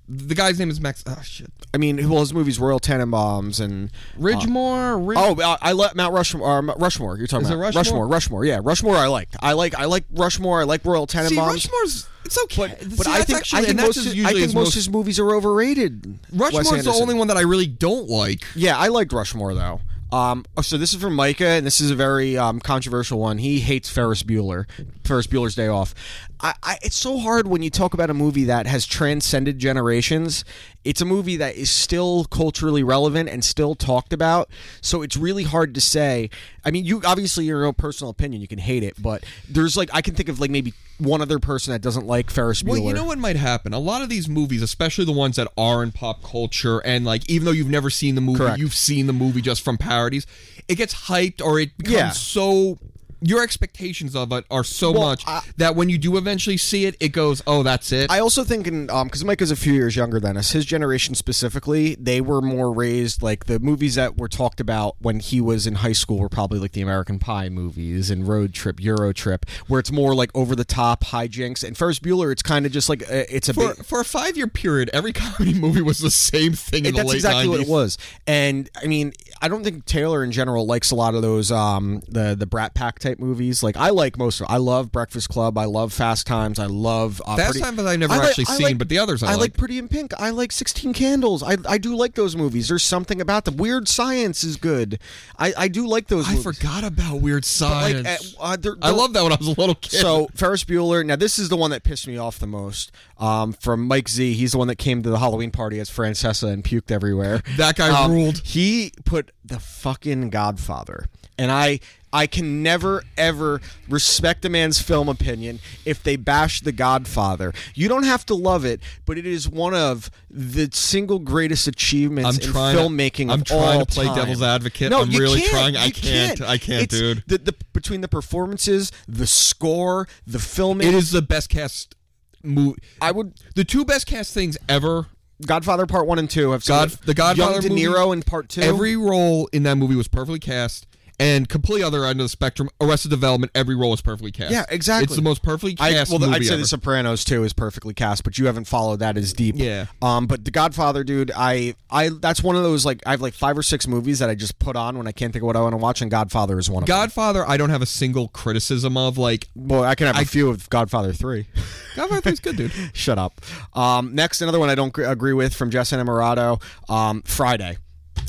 the guy's name is Max. Oh shit, I mean, well, his movies Royal Tenenbaums and Ridgemore. Rid- Oh, I, I like Mount Rushmore. Or Mount Rushmore, you're talking Is it about Rushmore? Rushmore, Rushmore, yeah, Rushmore. I liked. I like. I like Rushmore. I like Royal Tenenbaums. see, Rushmore's it's okay. See, But I that's think, actually, I think and that's most, his- his, I usually think his most most- of his movies are overrated. Wes Rushmore's the Anderson. only one that I really don't like. Yeah, I liked Rushmore though. Um, oh, so this is from Micah, and this is a very um, controversial one. He hates Ferris Bueller. Ferris Bueller's Day Off. I, I, it's so hard when you talk about a movie that has transcended generations. It's a movie that is still culturally relevant and still talked about. So it's really hard to say. I mean, you obviously your own personal opinion. You can hate it, but there's like I can think of like maybe one other person that doesn't like Ferris Bueller. Well, you know what might happen? A lot of these movies, especially the ones that are in pop culture, and like even though you've never seen the movie, Correct. you've seen the movie just from parodies, it gets hyped or it becomes Yeah. so your expectations of it are so Well, much I- that when you do eventually see it, it goes, "Oh, that's it." I also think in um because Mike is a few years younger than us, his generation specifically, they were more raised like the movies that were talked about when he was in high school were probably like the American Pie movies and Road Trip, Euro Trip, where it's more like over the top hijinks. And Ferris Bueller, it's kind of just like uh, it's a for bit, for a five year period, every comedy movie was the same thing in the that's late exactly 90s. what it was. And I mean, I don't think Taylor in general likes a lot of those um the the Brat Pack type movies. Like I like most of. I love Breakfast Club. I love Fast Times. I love uh, Fast Pretty- Times I've never like- actually seen, like- but the others I I like like. Pretty in Pink. I like Sixteen Candles. I I do like those movies. There's something about them. Weird Science is good. I I do like those. I movies. forgot about Weird like, Science. uh, uh, they're- I they're- love that when I was a little kid. So Ferris Bueller. Now this is the one that pissed me off the most. Um, from Mike Z. He's the one that came to the Halloween party as Francesa and puked everywhere. That guy Um, ruled. He put the fucking Godfather, and I. I can never ever respect a man's film opinion if they bash The Godfather. You don't have to love it, but it is one of the single greatest achievements I'm in trying to- filmmaking. I'm of trying to all play time. devil's advocate. No, I'm you really can't. trying. I You can't. I can't, It's- dude. The, the between the performances, the score, the filming. it is the best cast movie. I would The two best cast things ever. Godfather Part One and Two have some God, of- the Godfather Young De movie, Niro in Part Two. Every role in that movie was perfectly cast, and complete other end of the spectrum. Arrested Development, every role was perfectly cast. yeah, exactly. It's the most perfectly I, cast well, movie I'd say ever. The Sopranos too is perfectly cast, but you haven't followed that as deep. Yeah. Um, but The Godfather, dude, I, I, that's one of those like I have like five or six movies that I just put on when I can't think of what I want to watch, and Godfather is one of them. Godfather, I don't have a single criticism of. Like, Boy, I can have a few of Godfather Three. Godfather Three's good, dude. Shut up. Um, next, another one I don't gr- agree with from Jess Enamorado. Um, Friday.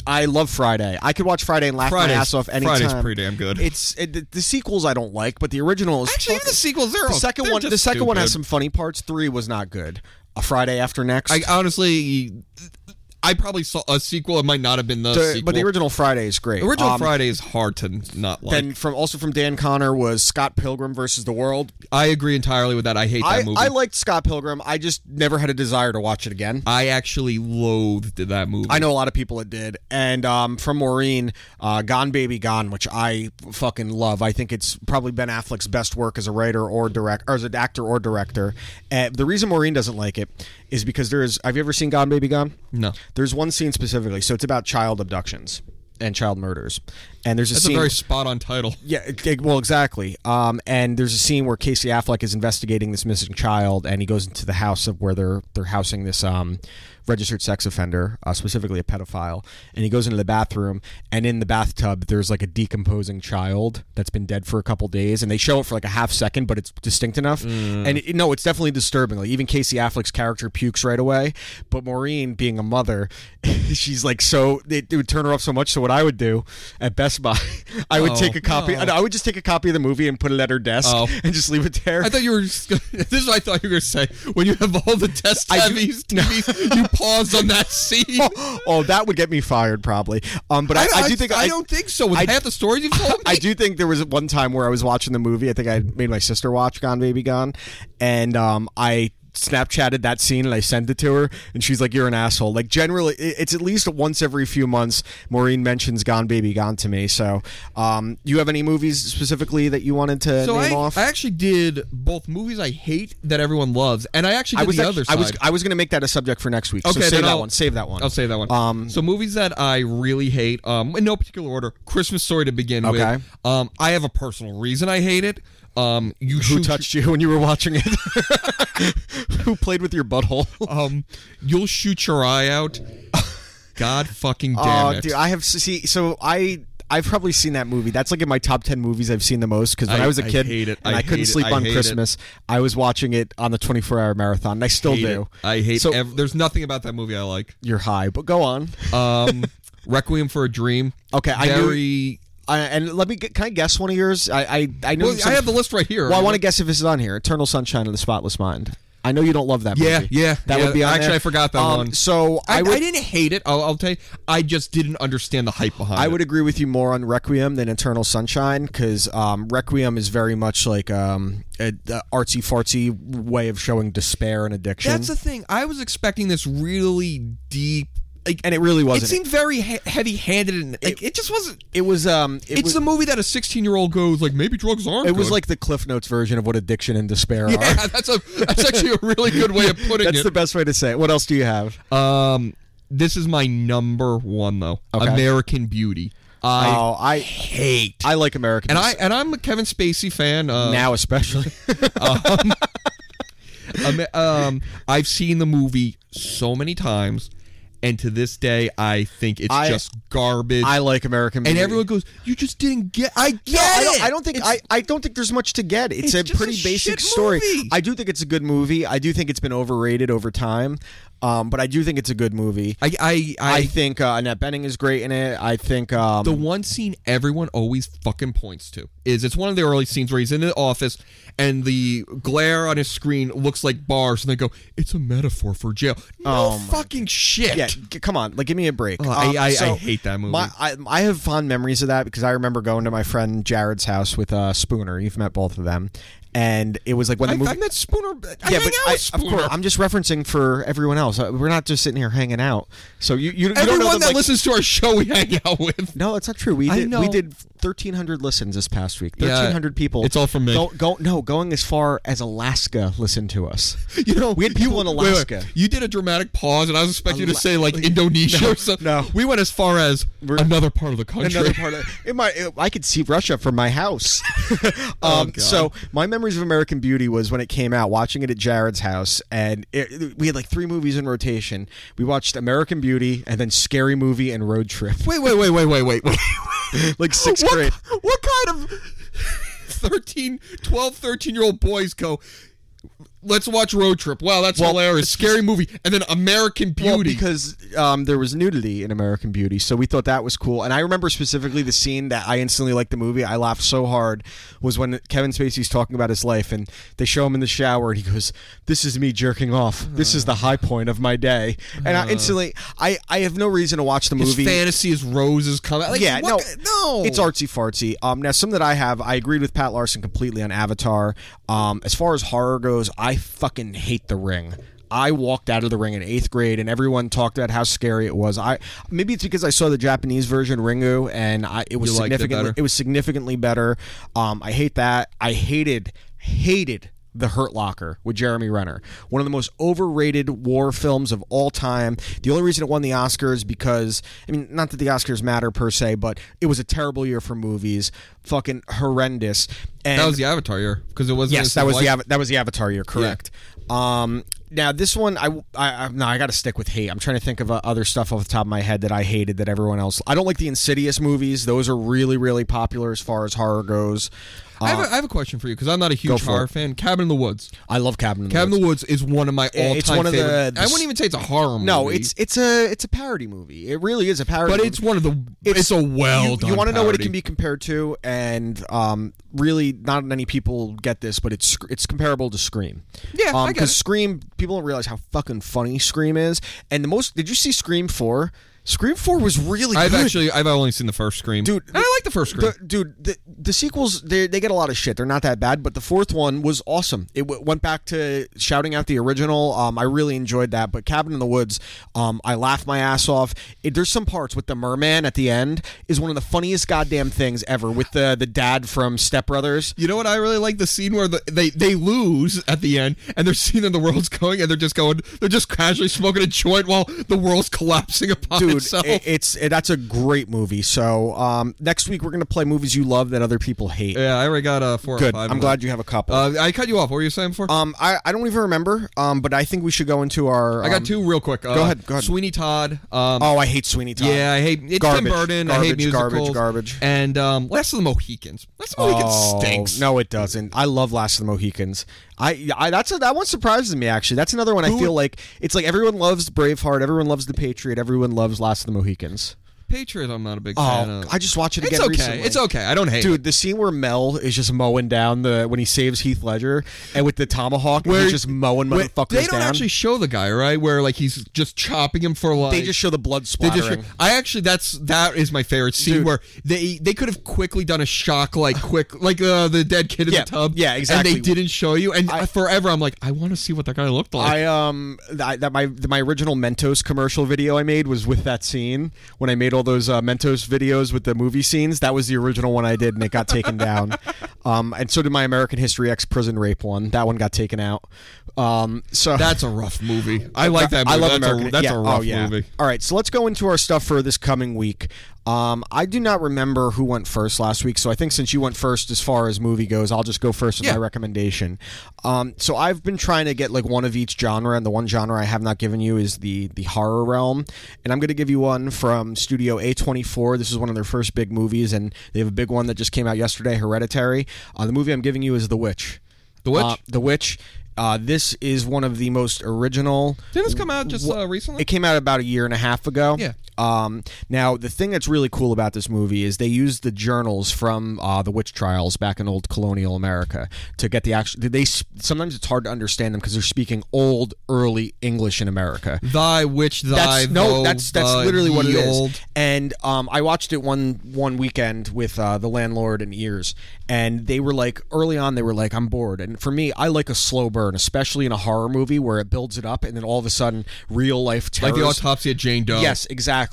I love Friday. I could watch Friday and laugh Friday's- my ass off anytime. Friday's pretty damn good. It's it, the, the sequels I don't like, but the original is Actually, even fucking- the sequels, they're The all- second they're one, just the second one has stupid. some funny parts. Three was not good. A Friday after next. I honestly, I probably saw a sequel. It might not have been the, The- sequel. but the original Friday is great. The original Um, Friday is hard to not like. Then from also from Dan Connor was Scott Pilgrim versus the World. I agree entirely with that. I hate that I, movie. I liked Scott Pilgrim. I just never had a desire to watch it again. I actually loathed that movie. I know a lot of people that did. And um, from Maureen, uh, Gone Baby Gone, which I fucking love. I think it's probably Ben Affleck's best work as a writer or direct, or as an actor or director. Uh, the reason Maureen doesn't like it is because there is. Have you ever seen Gone Baby Gone? No. There's one scene specifically. So it's about child abductions and child murders. And there's a That's a scene. very spot on title. Yeah, it- it- well, exactly. Um, and there's a scene where Casey Affleck is investigating this missing child, and he goes into the house of where they're they're housing this um, registered sex offender, uh, specifically a pedophile. And he goes into the bathroom, and in the bathtub there's like a decomposing child that's been dead for a couple days, and they show it for like a half second, but it's distinct enough. And it, no, it's definitely disturbing. Like even Casey Affleck's character pukes right away, but Maureen, being a mother, she's like so it, it would turn her off so much. So what I would do at Best Buy, I would Oh, take a copy. no. I know, I would just take a copy of the movie and put it at her desk Oh. and just leave it there. I thought you were just gonna, this is what I thought you were going to say. When you have all the test I do- TVs, TVs you pause on that scene. oh, oh, that would get me fired probably. Um, but I, I, do think I, don't think so. With I- half the stories you've told me, I do think there was one time where I was watching the movie. I think I made my sister watch Gone Baby Gone, and um, I Snapchatted that scene and I sent it to her, and she's like, "You're an asshole." Like generally, i- it's at least once every few months. Maureen mentions Gone Baby Gone to me. So, um, you have any movies specifically that you wanted to So I, name off? I actually did both movies I hate that everyone loves, and I actually did was the actu- other I side. was I was gonna make that a subject for next week. Okay, so then save that I'll- one. Save that one. I'll say that one. Um, so movies that I really hate, um, in no particular order. Christmas Story to begin Okay. with. Um, I have a personal reason I hate it. Um, you who shoot, touched you when you were watching it? who played with your butthole? Um, you'll shoot your eye out. God fucking damn Oh, it! dude, I have see. So I. I've probably seen that movie. That's like in my top ten movies I've seen the most because when I, I- was a I kid hate it. and I I, couldn't hate it. sleep I on hate it. Christmas, I was watching it on the twenty four hour marathon, and I still hate do. it. I hate. So ev- there's nothing about that movie I like. you're high, but go on. Um, Requiem for a Dream. Okay, I knew- very. I, and let me get, can I guess one of yours? I I, I know Well, you I said- have the list right here. Well, I want to guess if this is on here. Eternal Sunshine of the Spotless Mind. I know you don't love that Yeah, movie. yeah, that yeah. would be on Actually, there. I forgot that Um, one. So I, I, would I didn't hate it. I'll, I'll tell you. I just didn't understand the hype behind I it. would agree with you more on Requiem than Eternal Sunshine because um, Requiem is very much like um, a, a artsy fartsy way of showing despair and addiction. That's the thing. I was expecting this really deep like, and it really It wasn't. seemed very he- heavy-handed, and like, it, just wasn't. it was um. It it's was, the movie that a 16-year-old goes like, maybe drugs aren't. It was good. like the Cliff Notes version of what addiction and despair are. yeah, that's a that's actually a really good way of putting That's it. the best way to say it. What else do you have? Um, this is my number one though. Okay. American Beauty. I oh, I hate. I like American. and I Pie and I'm a Kevin Spacey fan. Uh, now especially. Ama- um, I've seen the movie so many times, and to this day, I think it's I- just garbage. I like American. and Beauty. everyone goes, "You just didn't get." I get No, I it. don't, I don't think It's- I, I don't think there's much to get. It's It's, a just pretty a shit basic story. movie. I do think it's a good movie. I do think it's been overrated over time, um, but I do think it's a good movie. I, I, I, I, think uh, Annette Benning is great in it. I think um, the one scene everyone always fucking points to is it's one of the early scenes where he's in the office and the glare on his screen looks like bars, and they go, "It's a metaphor for jail." No Oh my fucking shit. yeah, g- come on, like give me a break. Oh, I- Um, I- I hate that movie. My, I, I have fond memories of that because I remember going to my friend Jared's house with uh, Spooner. You've met both of them, and it was like when the I, movie. I met Spooner. I yeah, hang but out I, with Spooner. of course, I'm just referencing for everyone else. Uh, We're not just sitting here hanging out. So you, you, you don't Everyone know them, that like, listens to our show, we hang out with. No, that's not true. We I did we know. did thirteen hundred listens this past week. Yeah, Thirteen hundred people. it's all from me. Go, go- no, going as far as Alaska listened to us. You know, we had people you- in wait, wait. Alaska. you did a dramatic pause, and I was expecting you to Ala- say like Indonesia or something. no. we went as far as We're- another part of the country. Another part of it might, it- I could see Russia from my house. um, Oh, God. so my memories of American Beauty was when it came out, watching it at Jared's house, and it, we had like three movies in rotation. We watched American Beauty and then Scary Movie and Road Trip, Wait, wait, wait, wait, wait, wait, wait. like sixth what, grade. What kind of 13, 12, 13 year old boys go, let's watch Road Trip. Wow, that's Well, hilarious. Scary movie. And then American Beauty. Well, because um, there was nudity in American Beauty, so we thought that was cool. And I remember specifically the scene that I instantly liked the movie. I laughed so hard was when Kevin Spacey's talking about his life, and they show him in the shower, and he goes, "This is me jerking off. This is the high point of my day." And I instantly, I I have no reason to watch the His movie. fantasy is roses coming. Like, yeah, what, no, no. It's artsy fartsy. Um, now some that I have, I agreed with Pat Larson completely on Avatar. Um, as far as horror goes, I fucking hate The Ring. I walked out of The Ring in eighth grade, and everyone talked about how scary it was. I maybe it's because I saw the Japanese version Ringu, and I, it was You liked it significantly better? it was significantly better. Um, I hate that. I hated hated the Hurt Locker with Jeremy Renner. One of the most overrated war films of all time. The only reason it won the Oscars because I mean not that the Oscars matter per se, but it was a terrible year for movies. Fucking horrendous. And That was the Avatar year because it wasn't. Yes, his that was wife. the Ava- that was the Avatar year, correct. Um now this one I I, I no I got to stick with hate. I'm trying to think of uh, other stuff off the top of my head that I hated that everyone else. I don't like the Insidious movies. Those are really really popular as far as horror goes. I have, Uh, a, I have a question for you because I'm not a huge for horror it. fan. Cabin in the Woods. I love Cabin in the Cabin Woods. in the Woods is one of my all time It's one of the- favorite. the I s- wouldn't even say it's a horror movie. No, it's it's a it's a parody movie. It really is a parody. But movie. it's one of the. It's, a well You, done. want to know what it parody. can be compared to, and um, really, not many people get this, but it's it's comparable to Scream. Yeah, I um, get it. Scream, people don't realize how fucking funny Scream is. And the most, did you see Scream Four? Scream Four was really. I've good. actually. I've only seen the first Scream. Dude, And I like the first Scream. The- dude, the, the sequels they, they get a lot of shit. They're not that bad, but the fourth one was awesome. It w- went back to shouting out the original. Um, I really enjoyed that. But Cabin in the Woods, um, I laughed my ass off. It, there's some parts with the merman at the end is one of the funniest goddamn things ever with the the dad from Step Brothers. You know what I really like the scene where the, they they lose at the end and they're seeing that the world's going and they're just going they're just casually smoking a joint while the world's collapsing upon Dude, itself. it- it's it, that's a great movie. So um, next week we're gonna play movies you love that other people hate. yeah, I already got uh, four. Good. Or five I'm of glad them. you have a couple. Uh, I cut you off. What were you saying before? um, I, I don't even remember. Um, but I think we should go into our. I got um, two real quick. Uh, ahead, go ahead. Sweeney Todd. Um, Oh, I hate Sweeney Todd. Yeah, I hate it's Garbage, Tim Burton. I hate garbage, garbage, musicals. garbage. And um, Last of the Mohicans. Last of the Mohicans stinks. Oh, No, it doesn't. I love Last of the Mohicans. I, I that's a, that one surprises me actually. That's another one I feel like it's like everyone loves Braveheart, everyone loves The Patriot, everyone loves Last of the Mohicans. Patriot, I'm not a big fan Oh, of. I just watched it again it's okay. recently. It's okay. I don't hate it. Dude, the scene where Mel is just mowing down the when he saves Heath Ledger and with the tomahawk, where he's just mowing where- motherfuckers They don't down. actually show the guy, right? Where like he's just chopping him for like they just show the blood They just- splattering. I actually that's that is my favorite scene Dude. where they they could have quickly done a shock like quick like uh, the dead kid in Yeah, the tub yeah, exactly. and they didn't show you and I- forever I'm like I want to see what that guy looked like I um th- I, that my my original Mentos commercial video I made was with that scene when I made all those uh, Mentos videos with the movie scenes. That was the original one I did, and it got taken down. Um, and so did my American History X prison rape one. That one got taken out. Um, so that's a rough movie I like that movie. I love that's American. a, that's yeah. a rough oh, yeah. movie All right, so let's go into our stuff for this coming week. Um, I do not remember who went first last week, so I think since you went first as far as movie goes, I'll just go first with Yeah. my recommendation. Um, so I've been trying to get like one of each genre, and the one genre I have not given you is the the horror realm. And I'm going to give you one from Studio A24. This is one of their first big movies, and they have a big one that just came out yesterday, Hereditary. Uh, the movie I'm giving you is The Witch. The Witch? Uh, the Witch. Uh, this is one of the most original. Didn't this come out just, uh, recently? It came out about a year and a half ago. Yeah. Um, now, the thing that's really cool about this movie is they used the journals from uh, the witch trials back in old colonial America to get the actual. They s- sometimes it's hard to understand them because they're speaking old, early English in America. thy witch thy uh, That's no, thou, that's that's thy, literally what it ye is. old. And um, I watched it one one weekend with uh, the landlord and ears, and they were like early on they were like I'm bored, and for me I like a slow burn, especially in a horror movie where it builds it up and then all of a sudden real life terrors. like the autopsy of Jane Doe Yes, exactly.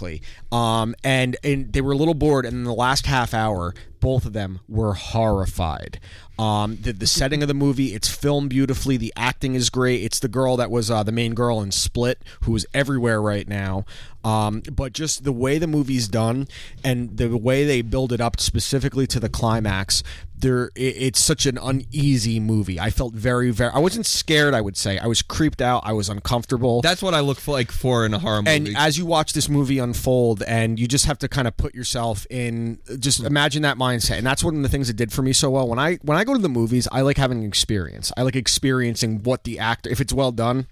Um, and and they were a little bored, and in the last half hour, both of them were horrified. Um, the, the setting of the movie, it's filmed beautifully. The acting is great. It's the girl that was uh, the main girl in Split, who is everywhere right now. Um, but just the way the movie's done and the way they build it up specifically to the climax, there i- it's such an uneasy movie. I felt very, very. I wasn't scared. I would say I was creeped out. I was uncomfortable. that's what I look for, like for in a horror movie And as you watch this movie unfold, and you just have to kind of put yourself in, just imagine that mindset. And that's one of the things that did for me so well. When I when I go to the movies, I like having an experience. I like experiencing what the actor, if it's well done.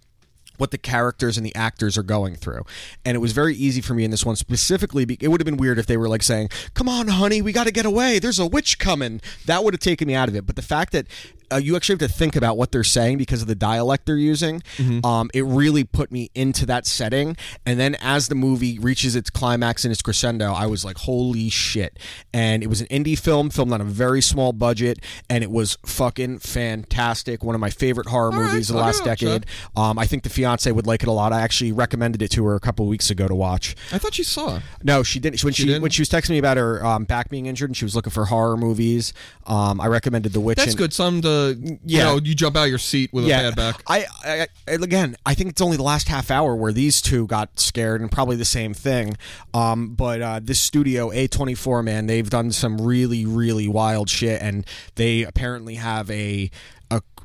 What the characters and the actors are going through, and it was very easy for me in this one specifically. Be- it would have been weird if they were like saying, "Come on, honey, we got to get away. There's a witch coming." That would have taken me out of it. But the fact that uh, you actually have to think about what they're saying because of the dialect they're using. Mm-hmm. Um, it really put me into that setting. And then as the movie reaches its climax and its crescendo, I was like, holy shit. And it was an indie film, filmed on a very small budget, and it was fucking fantastic. One of my favorite horror movies of the I'll last give it a decade. Um, I think the fiance would like it a lot. I actually recommended it to her a couple weeks ago to watch. I thought you saw it. No, she didn't. She- When she, didn't? when she was texting me about her um, back being injured and she was looking for horror movies, um, I recommended The Witch. that's and- good some to you Yeah. know you jump out of your seat with a bad back I, I, I again, I think it's only the last half hour where these two got scared, and probably the same thing. Um, but uh, this studio, A twenty four, man, they've done some really, really wild shit, and they apparently have a.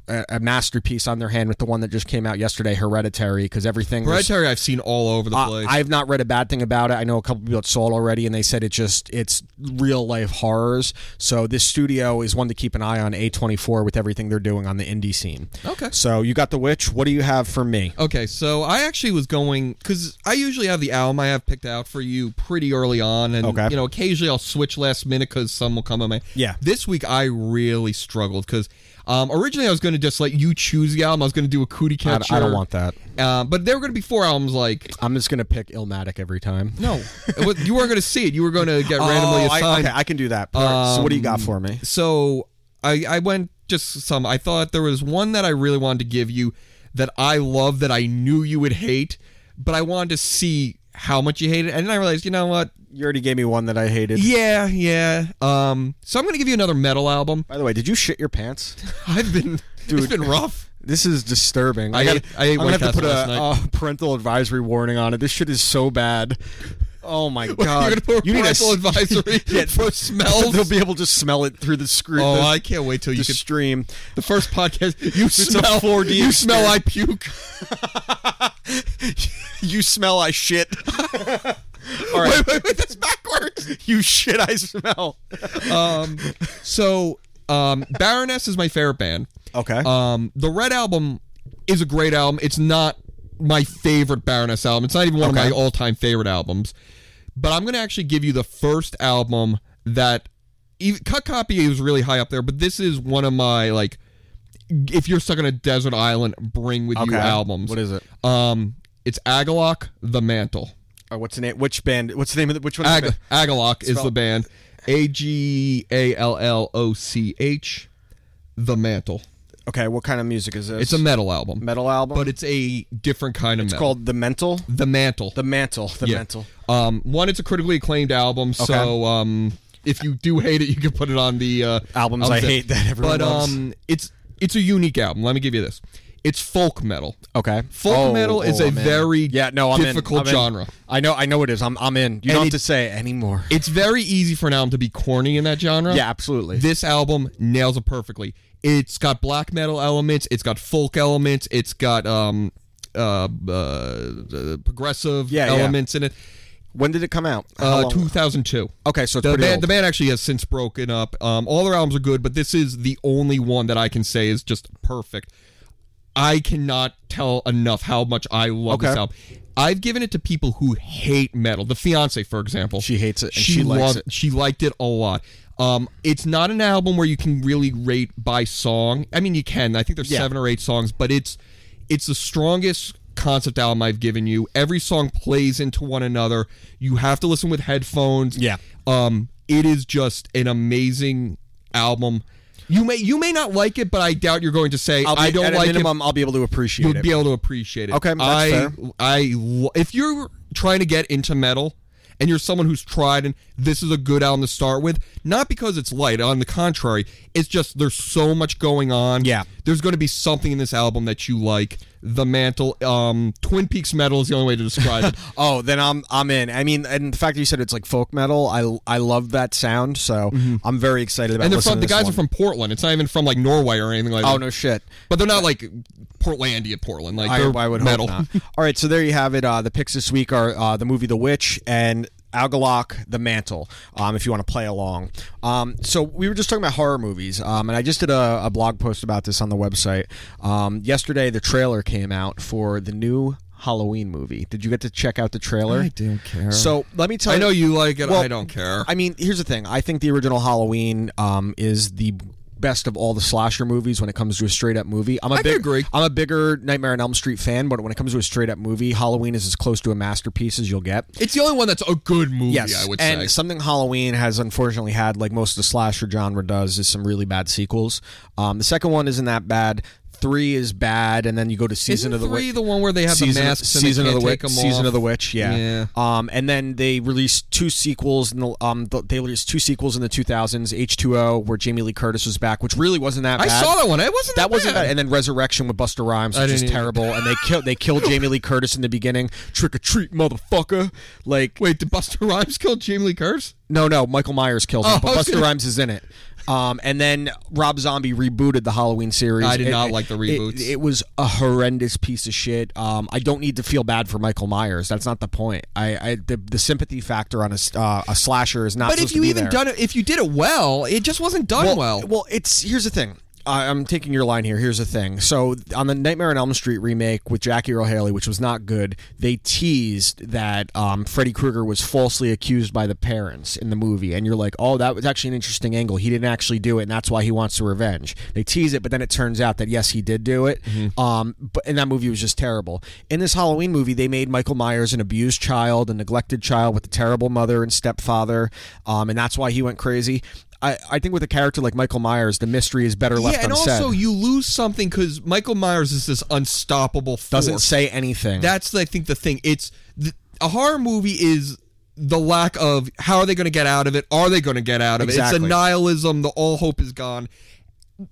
A, a masterpiece on their hand with the one that just came out yesterday, Hereditary, because everything was- Hereditary I've seen all over the place. I, I've not read a bad thing about it. I know a couple people that saw it already, and they said it just it's real life horrors. So this studio is one to keep an eye on. A twenty four with everything they're doing on the indie scene. Okay. Uh, So you got the witch. What do you have for me? Okay, so I actually was going because I usually have the album I have picked out for you pretty early on, and Okay. you know occasionally I'll switch last minute because some will come on my. Yeah. This week I really struggled because um, originally I was going to just let you choose the album. I was going to do a cootie I, catcher. I don't want that. Uh, but there were going to be four albums. Like I'm just gonna pick Illmatic every time. no, It was- you weren't going to see it. You were going to get randomly Oh, I- assigned. Um, okay, I can do that. All right, so what do you got for me? So I, I went just some. I thought there was one that I really wanted to give you that I love that I knew you would hate, but I wanted to see how much you hate it. And then I realized, you know what? You already gave me one that I hated. Yeah, yeah. Um, so I'm gonna give you another metal album. By the way, did you shit your pants? I've been, it's Dude. been rough. This is disturbing. I gotta- ate- I ate I'm White gonna have to Castle put a, last uh, parental advisory warning on it. This shit is so bad. Oh my god! You're gonna put a need parental s- advisory for smells. They'll be able to smell it through the screen. oh, the, I can't wait till the you can. stream. The first podcast you a smell. 4D you smell. I puke. you smell, I shit. All right. Wait, wait, wait. That's backwards. You shit, I smell. Um, so um, Baroness is my favorite band. Okay. Um, the Red album is a great album. It's not my favorite Baroness album. It's not even one Okay. of my all-time favorite albums. But I'm going to actually give you the first album that even, Cut Copy was really high up there, but this is one of my like if you're stuck on a desert island, bring with you Okay. albums. What is it? Um it's Agalock the Mantle. Oh, what's the name? Which band? What's the name of the? Which one? is the Ag- band? Agalock is Spell- the band. A G A L L O C H The Mantle. Okay, what kind of music is this? It's a metal album. metal album, But it's a different kind of it's metal. called The Mental. The Mantle. The Mantle. The Yeah. Mantle. Um, one, it's a critically acclaimed album, so um, if you do hate it, you can put it on the uh, Albums I that- hate that everyone But loves. um, it's it's a unique album. Let me give you this: it's folk metal. Okay, Folk metal is a I'm in. very yeah, no, I'm in. difficult I'm in. genre. I know, I know it is. I'm, I'm in. You don't it- have to say anymore. It's very easy for an album to be corny in that genre. Yeah, absolutely. This album nails it perfectly. It's got black metal elements. It's got folk elements. It's got um, uh, uh, uh, progressive Yeah, yeah. elements in it. when did it come out? How Uh, long- 2002. Okay, so it's the pretty band, old. the band actually has since broken up. Um, all their albums are good, but this is the only one that I can say is just perfect. I cannot tell enough how much I love Okay. this album. I've given it to people who hate metal. The fiance, for example, She hates it and she likes it. She liked it a lot. Um, it's not an album where you can really rate by song. I mean, you can. I think there's Yeah. seven or eight songs, but it's it's the strongest concept album I've given you. Every song plays into one another. You have to listen with headphones. Yeah. Um, it is just an amazing album. You may you may not like it, but I doubt you're going to say I'll be, I don't at like a minimum, it. I'll be able to appreciate You'll it. be able to appreciate it. Okay, that's I fair. I lo- if you're trying to get into metal and you're someone who's tried and this is a good album to start with, not because it's light, on the contrary, it's just there's so much going on. Yeah. There's going to be something in this album that you like. The Mantle um Twin Peaks metal is the only way to describe it. Oh, then I'm I'm in. I mean, and the fact that you said it's like folk metal, I I love that sound. So I'm very excited about. And they're listening from the to this guys one. are from Portland. It's not even from like Norway or anything like that. Oh no shit! But they're not like Portlandia Portland. Like I, they're I would metal. hope not. All right, so there you have it. Uh, the picks this week are uh, the movie The Witch and Algalok The Mantle. Um, if you want to play along. Um, so we were just talking about horror movies, um, and I just did a, a blog post about this on the website um, yesterday. The trailer came out for the new. Halloween movie. Did you get to check out the trailer? I don't care. So let me tell I you. know you like it. I don't care. I mean, here's the thing. I think the original Halloween um, is the best of all the slasher movies when it comes to a straight up movie. I'm a I big, can agree. I'm a bigger Nightmare on Elm Street fan, but when it comes to a straight up movie, Halloween is as close to a masterpiece as you'll get. it's the only one that's a good movie. Yes, I would and say. something Halloween has unfortunately had, like most of the slasher genre does, is some really bad sequels. Um, the second one isn't that bad. Three is bad, and then you go to Isn't season of the three Witch- the one where they have the season, masks and they season of can't the take witch, 'em season off? of the witch, yeah. Yeah. Um, and then they released two sequels, in the, um, th- they released two sequels in the 2000s, H2O, where Jamie Lee Curtis was back, which really wasn't that. I bad. saw that one. It wasn't That wasn't bad. bad. And then Resurrection with Buster Rhymes, I which is didn't either. terrible. And they killed they killed Jamie Lee Curtis in the beginning. Trick or treat, motherfucker! Like Wait, did Buster Rhymes kill Jamie Lee Curtis? no, no, Michael Myers kills him, Oh, but I was Buster gonna- Rhymes is in it. Um, and then Rob Zombie rebooted the Halloween series. I did It- not like the it- reboots. It, was a horrendous piece of shit. Um, I don't need to feel bad for Michael Myers. That's not the point. I, I the, the sympathy factor on a, s- uh, a slasher is not. But supposed if to you be even there. done it, if you did it well, it just wasn't done well. Well, it's here's the thing. I, I'm taking your line here. Here's the thing. So on the Nightmare on Elm Street remake with Jackie Earl Haley, which was not good, they teased that um, Freddy Krueger was falsely accused by the parents in the movie, and you're like, oh, that was actually an interesting angle. He didn't actually do it, and that's why he wants the revenge. They tease it, but then it turns out that yes, he did do it. Um, but and that movie was just terrible. In this Halloween movie, they made Michael Myers an abused child, a neglected child with a terrible mother and stepfather, um, and that's why he went crazy. I, I think with a character like Michael Myers, the mystery is better left yeah, and unsaid. also you lose something because Michael Myers is this unstoppable force. doesn't say anything. That's I think the thing. It's th- a horror movie is the lack of how are they going to get out of it? Are they going to get out of it? It's Exactly. a nihilism. The all hope is gone.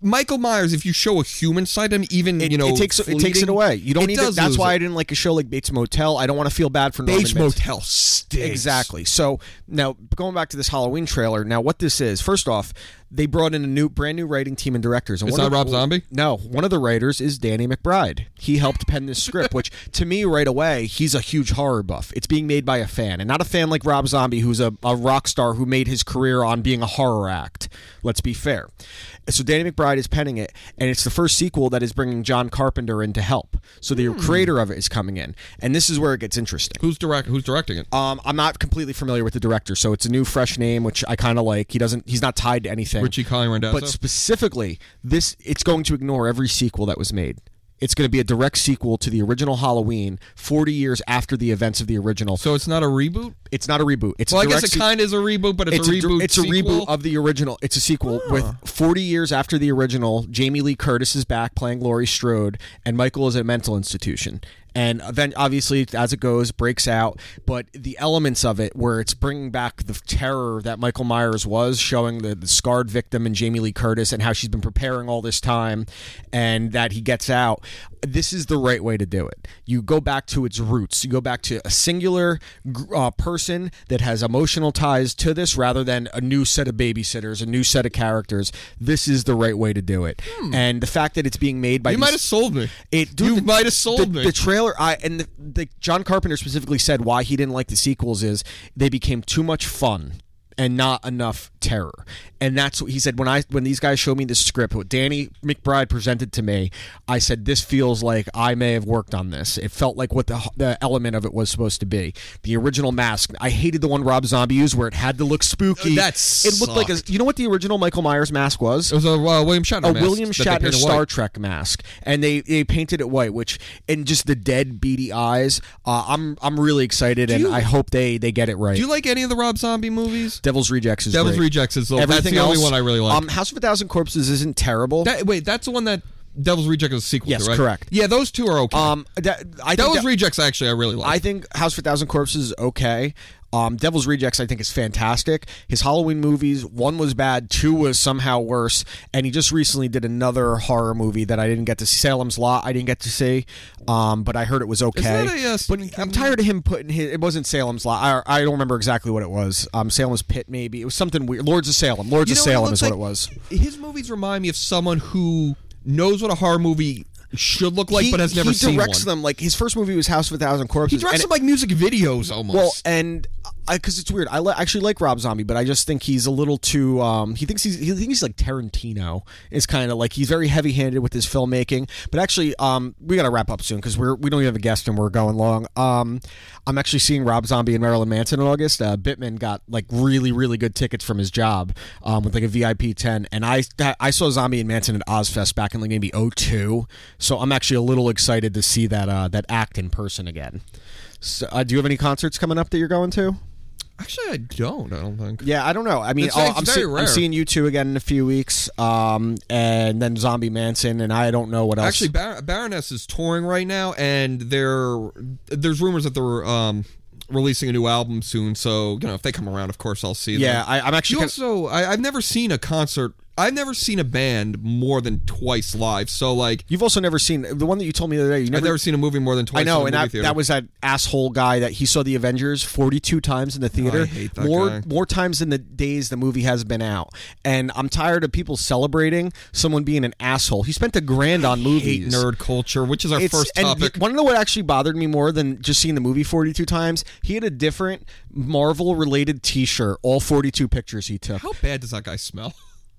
Michael Myers, if you show a human side to him, even it, you know, it takes it takes it fleeting, away. You don't it need. To, does that's lose why I it. didn't like a show like Bates Motel. I don't want to feel bad for Norman Bates Bates. Motel stinks. Exactly. So now going back to this Halloween trailer. Now what this is? First off, They brought in a new, brand new writing team and directors. And It's one not of the- Rob Zombie? No, one of the writers is Danny McBride. He helped pen this script, which to me right away, he's a huge horror buff. It's being made by a fan, and not a fan like Rob Zombie, who's a, a rock star who made his career on being a horror act. Let's be fair. So Danny McBride is penning it, and it's the first sequel that is bringing John Carpenter in to help. So Hmm. the creator of it is coming in, and this is where it gets interesting. Who's direct? Who's directing it? Um, I'm not completely familiar with the director, so it's a new, fresh name, which I kind of like. He doesn't. He's not tied to anything. Richie Colleen Randazzo? But specifically, this it's going to ignore every sequel that was made. It's going to be a direct sequel to the original Halloween, 40 years after the events of the original. so it's not a reboot. it's not a reboot. It's Well, a I guess direct it se- kind of is a reboot, but it's, a dir- reboot. It's a sequel. reboot of the original. It's a sequel with 40 years after the original. Jamie Lee Curtis is back playing Laurie Strode, and Michael is at a mental institution. And then, obviously, as it goes, breaks out. But the elements of it, where it's bringing back the terror that Michael Myers was, showing the, the scarred victim and Jamie Lee Curtis, and how she's been preparing all this time, and that he gets out. This is the right way to do it. You go back to its roots. You go back to a singular gr- uh, person that has emotional ties to this rather than a new set of babysitters, a new set of characters. This is the right way to do it. And the fact that it's being made by Hmm. You might these- have sold me. It, dude, you the- might have sold the, me. The trailer, I and the, the John Carpenter specifically said why he didn't like the sequels is they became too much fun and not enough terror. And that's what he said when I when these guys showed me the script, what Danny McBride presented to me, I said this feels like I may have worked on this. It felt like what the the element of it was supposed to be. The original mask, I hated the one Rob Zombie used where it had to look spooky. That it looked like a you know what the original Michael Myers mask was? it was a uh, William Shatner. a mask William that they Shatner painted Star white. Trek mask, and they, they painted it white, which and just the dead beady eyes. Uh, I'm I'm really excited, and you- I hope they they get it right. Do you like any of the Rob Zombie movies? Devil's Rejects is Devil's great. Rejects is the- that's Everything the only else- one I really like. Um, House of a Thousand Corpses isn't terrible. That, wait, that's the one that Devil's Rejects is a sequel. Yes, to, right? correct. Yeah, those two are okay. um, that, I think Devil's that- Rejects actually I really like. I think House for Thousand Corpses is okay. Um, Devil's Rejects, I think, is fantastic. His Halloween movies, one was bad, two was somehow worse, and he just recently did another horror movie that I didn't get to see. Salem's Lot, I didn't get to see, um, but I heard it was okay. that a, uh, but Stephen King I'm tired of him putting his. It wasn't Salem's Lot. I, I don't remember exactly what it was. Um, Salem's Pit, maybe it was something weird. Lords of Salem. Lords You of know, Salem looks is what like- it was. His movies remind me of someone who knows what a horror movie should look like, he, but has never he seen directs one. them like his first movie was House of a Thousand Corpses. He directs and them like music videos almost. Well, and because it's weird, I li- actually like Rob Zombie, but I just think he's a little too. Um, he thinks he's he thinks he's like Tarantino. Is kind of like he's very heavy handed with his filmmaking. But actually, um, we got to wrap up soon because we're we don't even have a guest and we're going long. Um, I'm actually seeing Rob Zombie and Marilyn Manson in August. Uh, Bittman got like really really good tickets from his job um, with like a VIP ten, and I I saw Zombie and Manson at Ozfest back in like maybe 02. So I'm actually a little excited to see that uh, that act in person again. So, uh, do you have any concerts coming up that you're going to? actually, I don't. I don't think. Yeah, I don't know. I mean, It's- it's I'll- I'm, very see- rare. I'm seeing you two again in a few weeks, um, and then Zombie Manson, and I don't know what else. Actually, Bar- Baroness is touring right now, and they're there's rumors that they're um, releasing a new album soon. So you know, if they come around, of course, I'll see. yeah, them. I, I'm You actually. Kinda, also, I, I've never seen a concert. I've never seen a band more than twice live. So like, you've also never seen the one that you told me the other day. You I've never. never seen a movie more than twice. I know, in a and movie that, theater. that was that asshole guy that he saw the Avengers 42 times in the theater. Oh, hate that more guy. more times than the days the movie has been out. And I'm tired of people celebrating someone being an asshole. He spent a grand on hate movies. nerd culture, which is our first topic. want to know what actually bothered me more than just seeing the movie 42 times? He had a different Marvel related t shirt, all 42 pictures he took. How bad does that guy smell?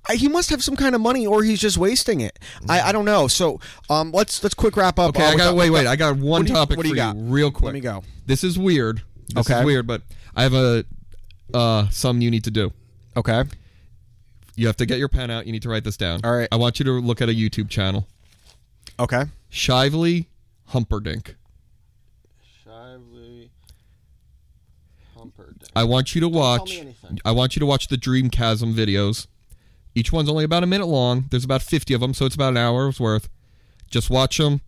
I- he must have some kind of money or he's just wasting it. I, I don't know. So um, let's let's quick wrap up. Okay, Uh, I we Oh, got wait, wait. I got one what do you- topic what do you for got? you, real quick. me go. This is weird. This Okay. is weird, but I have a uh something you need to do. Okay. You have to get your pen out. You need to write this down. All right. I want you to look at a YouTube channel. Okay. Shively Humperdink. Shively Humperdinck. I want you to me watch. anything. I want you to watch the Dream Chasm videos. Each one's only about a minute long. There's about 50 of them, so it's about an hour's worth. Just watch them.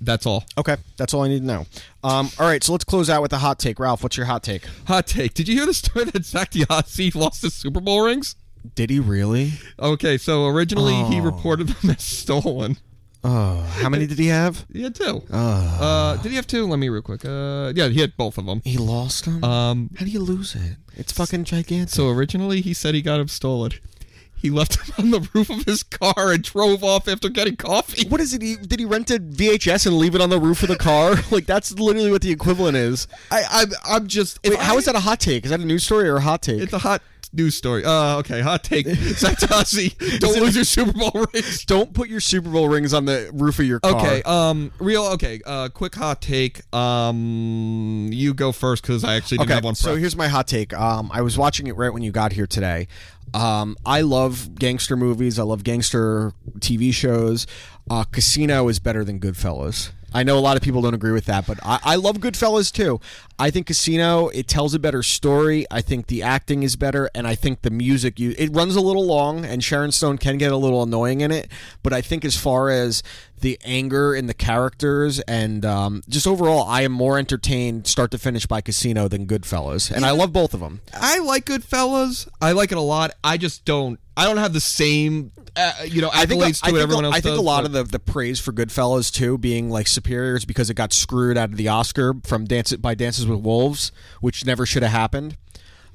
That's all. Okay. That's all I need to know. Um, all right. So let's close out with a hot take. Ralph, what's your hot take? Hot take. Did you hear the story that Zach Diazzi lost his Super Bowl rings? Did he really? Okay, so originally he reported them as stolen. Oh, how many did he have? He had two. Uh, did he have two? Let me real quick. Uh, yeah, he had both of them. He lost them. Um, how do you lose it? It's fucking gigantic. so originally he said he got them stolen. He left him on the roof of his car and drove off after getting coffee. What is it? He, did he rent a VHS and leave it on the roof of the car? like that's literally what the equivalent is. I, I'm, I'm just. if Wait, how I- is that a hot take? Is that a news story or a hot take? It's a hot news story. Uh, okay, hot take. Satasi, don't lose your Super Bowl rings. Don't put your Super Bowl rings on the roof of your car. Okay, um, real. Okay, uh, quick hot take. Um, you go first because I actually didn't Okay, have one. so prepped. here's my hot take. Um, I was watching it right when you got here today. Um, I love gangster movies. I love gangster TV shows. Uh, Casino is better than Goodfellas. I know a lot of people don't agree with that, but I, I love Goodfellas too. I think Casino it tells a better story. I think the acting is better, and I think the music you it runs a little long, and Sharon Stone can get a little annoying in it. But I think as far as the anger in the characters and um, just overall, I am more entertained start to finish by Casino than Goodfellas, and I love both of them. I like Goodfellas. I like it a lot. I just don't. I don't have the same, uh, you know, accolades I think, to I it think- everyone else I think does, a lot but- of the, the praise for Goodfellas too being like superior is because it got screwed out of the Oscar from Dance by Dances with Wolves, which never should have happened.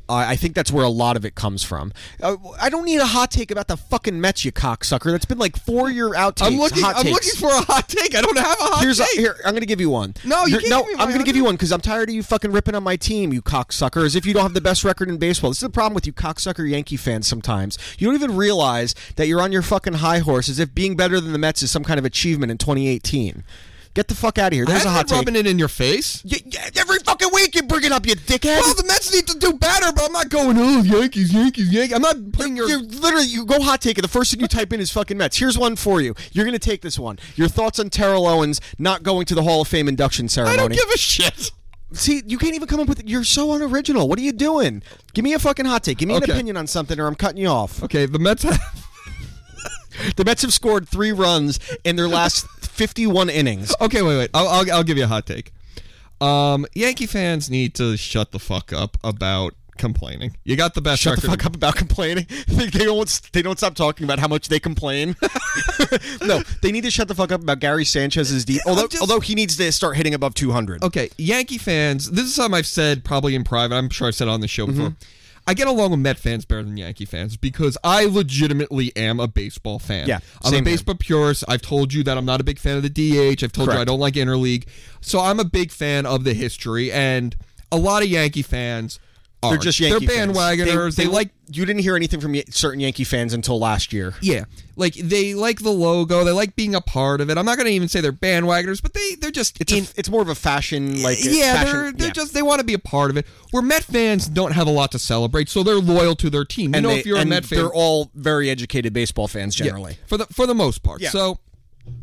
Uh, I think that's where a lot of it comes from. Uh, I don't need a hot take about the fucking Mets, you cocksucker. That's been like four year outtakes. I'm looking. hot I'm looking takes. for a hot take. I don't have a hot Here's a, take. here. I'm gonna give you one. No, you You're- can't No, give me my I'm gonna give you hundred. one because I'm tired of you fucking ripping on my team, you cocksucker. As if you don't have the best record in baseball. This is the problem with you cocksucker Yankee fans. Sometimes you don't even realize that you're on your fucking high horse, as if being better than the Mets is some kind of achievement in 2018. Get the fuck out of here. I've There's a hot been take. rubbing it in your face. Y- y- every fucking week you bring it up, you dickhead. Well, the Mets need to do better, but I'm not going. Oh, Yankees, Yankees, Yankees. I'm not putting your. You're literally you go hot take it. The first thing you type in is fucking Mets. Here's one for you. You're gonna take this one. Your thoughts on Terrell Owens not going to the Hall of Fame induction ceremony? I don't give a shit. See, you can't even come up with. You're so unoriginal. What are you doing? Give me a fucking hot take. Give me Okay. an opinion on something, or I'm cutting you off. Okay, the Mets have. The Mets have scored three runs in their last 51 innings. Okay, wait, wait. I'll, I'll, I'll give you a hot take. Um, Yankee fans need to shut the fuck up about complaining. You got the best Shut the record. fuck up about complaining. They they don't. They don't stop talking about how much they complain. no, they need to shut the fuck up about Gary Sanchez's deep. Although, just- although he needs to start hitting above 200. Okay, Yankee fans. This is something I've said probably in private. I'm sure I've said it on the show before. Mm-hmm. I get along with Met fans better than Yankee fans because I legitimately am a baseball fan. Yeah, I'm a same here. baseball purist. I've told you that I'm not a big fan of the DH. I've told you I Correct. don't like interleague. So I'm a big fan of the history, and a lot of Yankee fans are They're just Yankee They're fans. bandwagoners. they like You didn't hear anything from Yan- certain Yankee fans until last year. Yeah, like they like the logo. They like being a part of it. I'm not gonna even say they're bandwagoners, but they they're just It's, a- in- it's more of a fashion like a yeah, fashion- they're, they're yeah. just they want to be a part of it. Where Met fans don't have a lot to celebrate, so they're loyal to their team. You know, they- if you're a and Met fan, they're all very educated baseball fans Yeah, generally, for the for the most part. Yeah. So,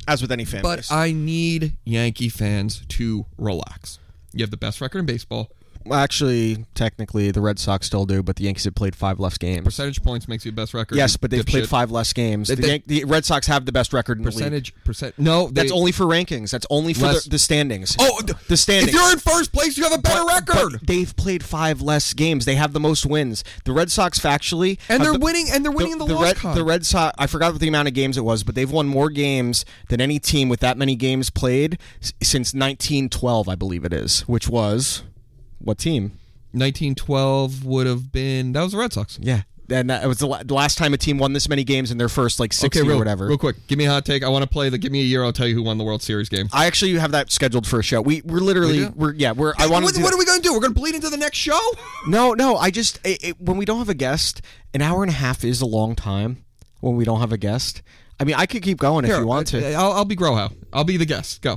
as with any fan but base. I need Yankee fans to relax. You have the best record in baseball. Well, actually, technically, the Red Sox still do, but the Yankees have played five less games. Percentage points makes you the best record. Yes, you but they've played dipshit. five less games. The, they- Yan- the Red Sox have the best record in the league. percentage percent. No, they, That's only for rankings. That's only for Less- the, the standings. Oh, th- the If standings. you're in first place, you have a better record. But they've played five less games. They have the most wins. The Red Sox, factually, and have they're the- winning. And they're winning the, the lost Red, cause. the Red Sox. I forgot what the amount of games it was, but they've won more games than any team with that many games played s- since 1912, I believe it is. Which was what team? 1912 would have been that was the Red Sox. Yeah, and that was the, la- the last time a team won this many games in their first like 60 real, or whatever. Real quick, give me a hot take. I want to play the. Give me a year. I'll tell you who won the World Series game. I actually have that scheduled for a show. We we're literally We do? we are yeah we're I want what, to what are we going to do? We're going to bleed into the next show. no no I just it, it, when we don't have a guest an hour and a half is a long time when we don't have a guest. I mean I could keep going if you want to. Uh, I'll, I'll be Grohow. I'll be the guest. Go. uh,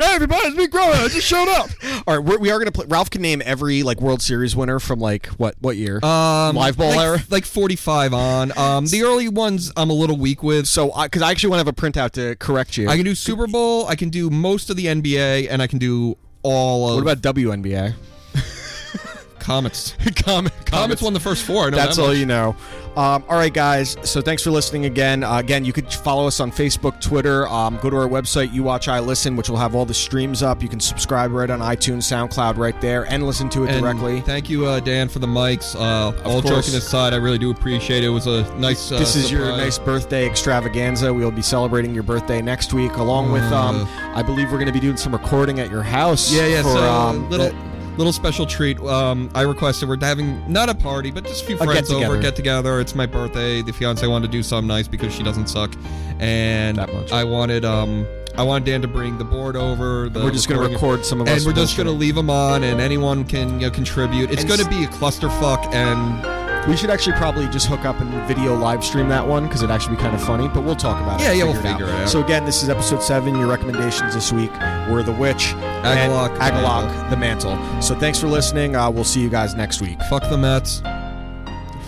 Hey, everybody, it's me, Grover. I just showed up. All right, we're, we are going to play. Ralph can name every like World Series winner from like what what year? Um, Live ball like, era. like 45 on. Um, the early ones I'm a little weak with. So So, because I actually want to have a printout to correct you. I can do Super Bowl. I can do most of the NBA, and I can do all of what about WNBA? Comets. Comment, Comets won the first four. I know That's that all much. you know. Um, all right, guys. So thanks for listening again. Uh, again, you could follow us on Facebook, Twitter. Um, go to our website, You Watch, I Listen, which will have all the streams up. You can subscribe right on iTunes, SoundCloud, right there, and listen to it And directly. Thank you, uh, Dan, for the mics. Uh, all course. joking aside, I really do appreciate it. It was a nice. Uh, this is your surprise. nice birthday extravaganza. We'll be celebrating your birthday next week, along with um, I believe we're going to be doing some recording at your house. Mm. Yeah, yeah. For, so uh, um, little the- little special treat. Um, I requested we're having not a party, but just a few A friends over, get-together. get together. It's my birthday. The fiance wanted to do something nice because she doesn't suck, and That much. I wanted um, I wanted Dan to bring the board over. The We're just gonna recording- record some of and us we're just going to bullshitting. leave them on, and anyone can you know, contribute. It's And going to s- be a clusterfuck, and We should actually probably just hook up and video live stream that one because it'd actually be kind of funny. But we'll talk about it. Yeah, and yeah, we'll figure it out. So again, this is episode seven. Your recommendations this week were the witch, and Agalock, the Agalock, Mantle. the mantle. So thanks for listening. Uh, we'll see you guys next week. fuck the Mets.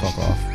Fuck off.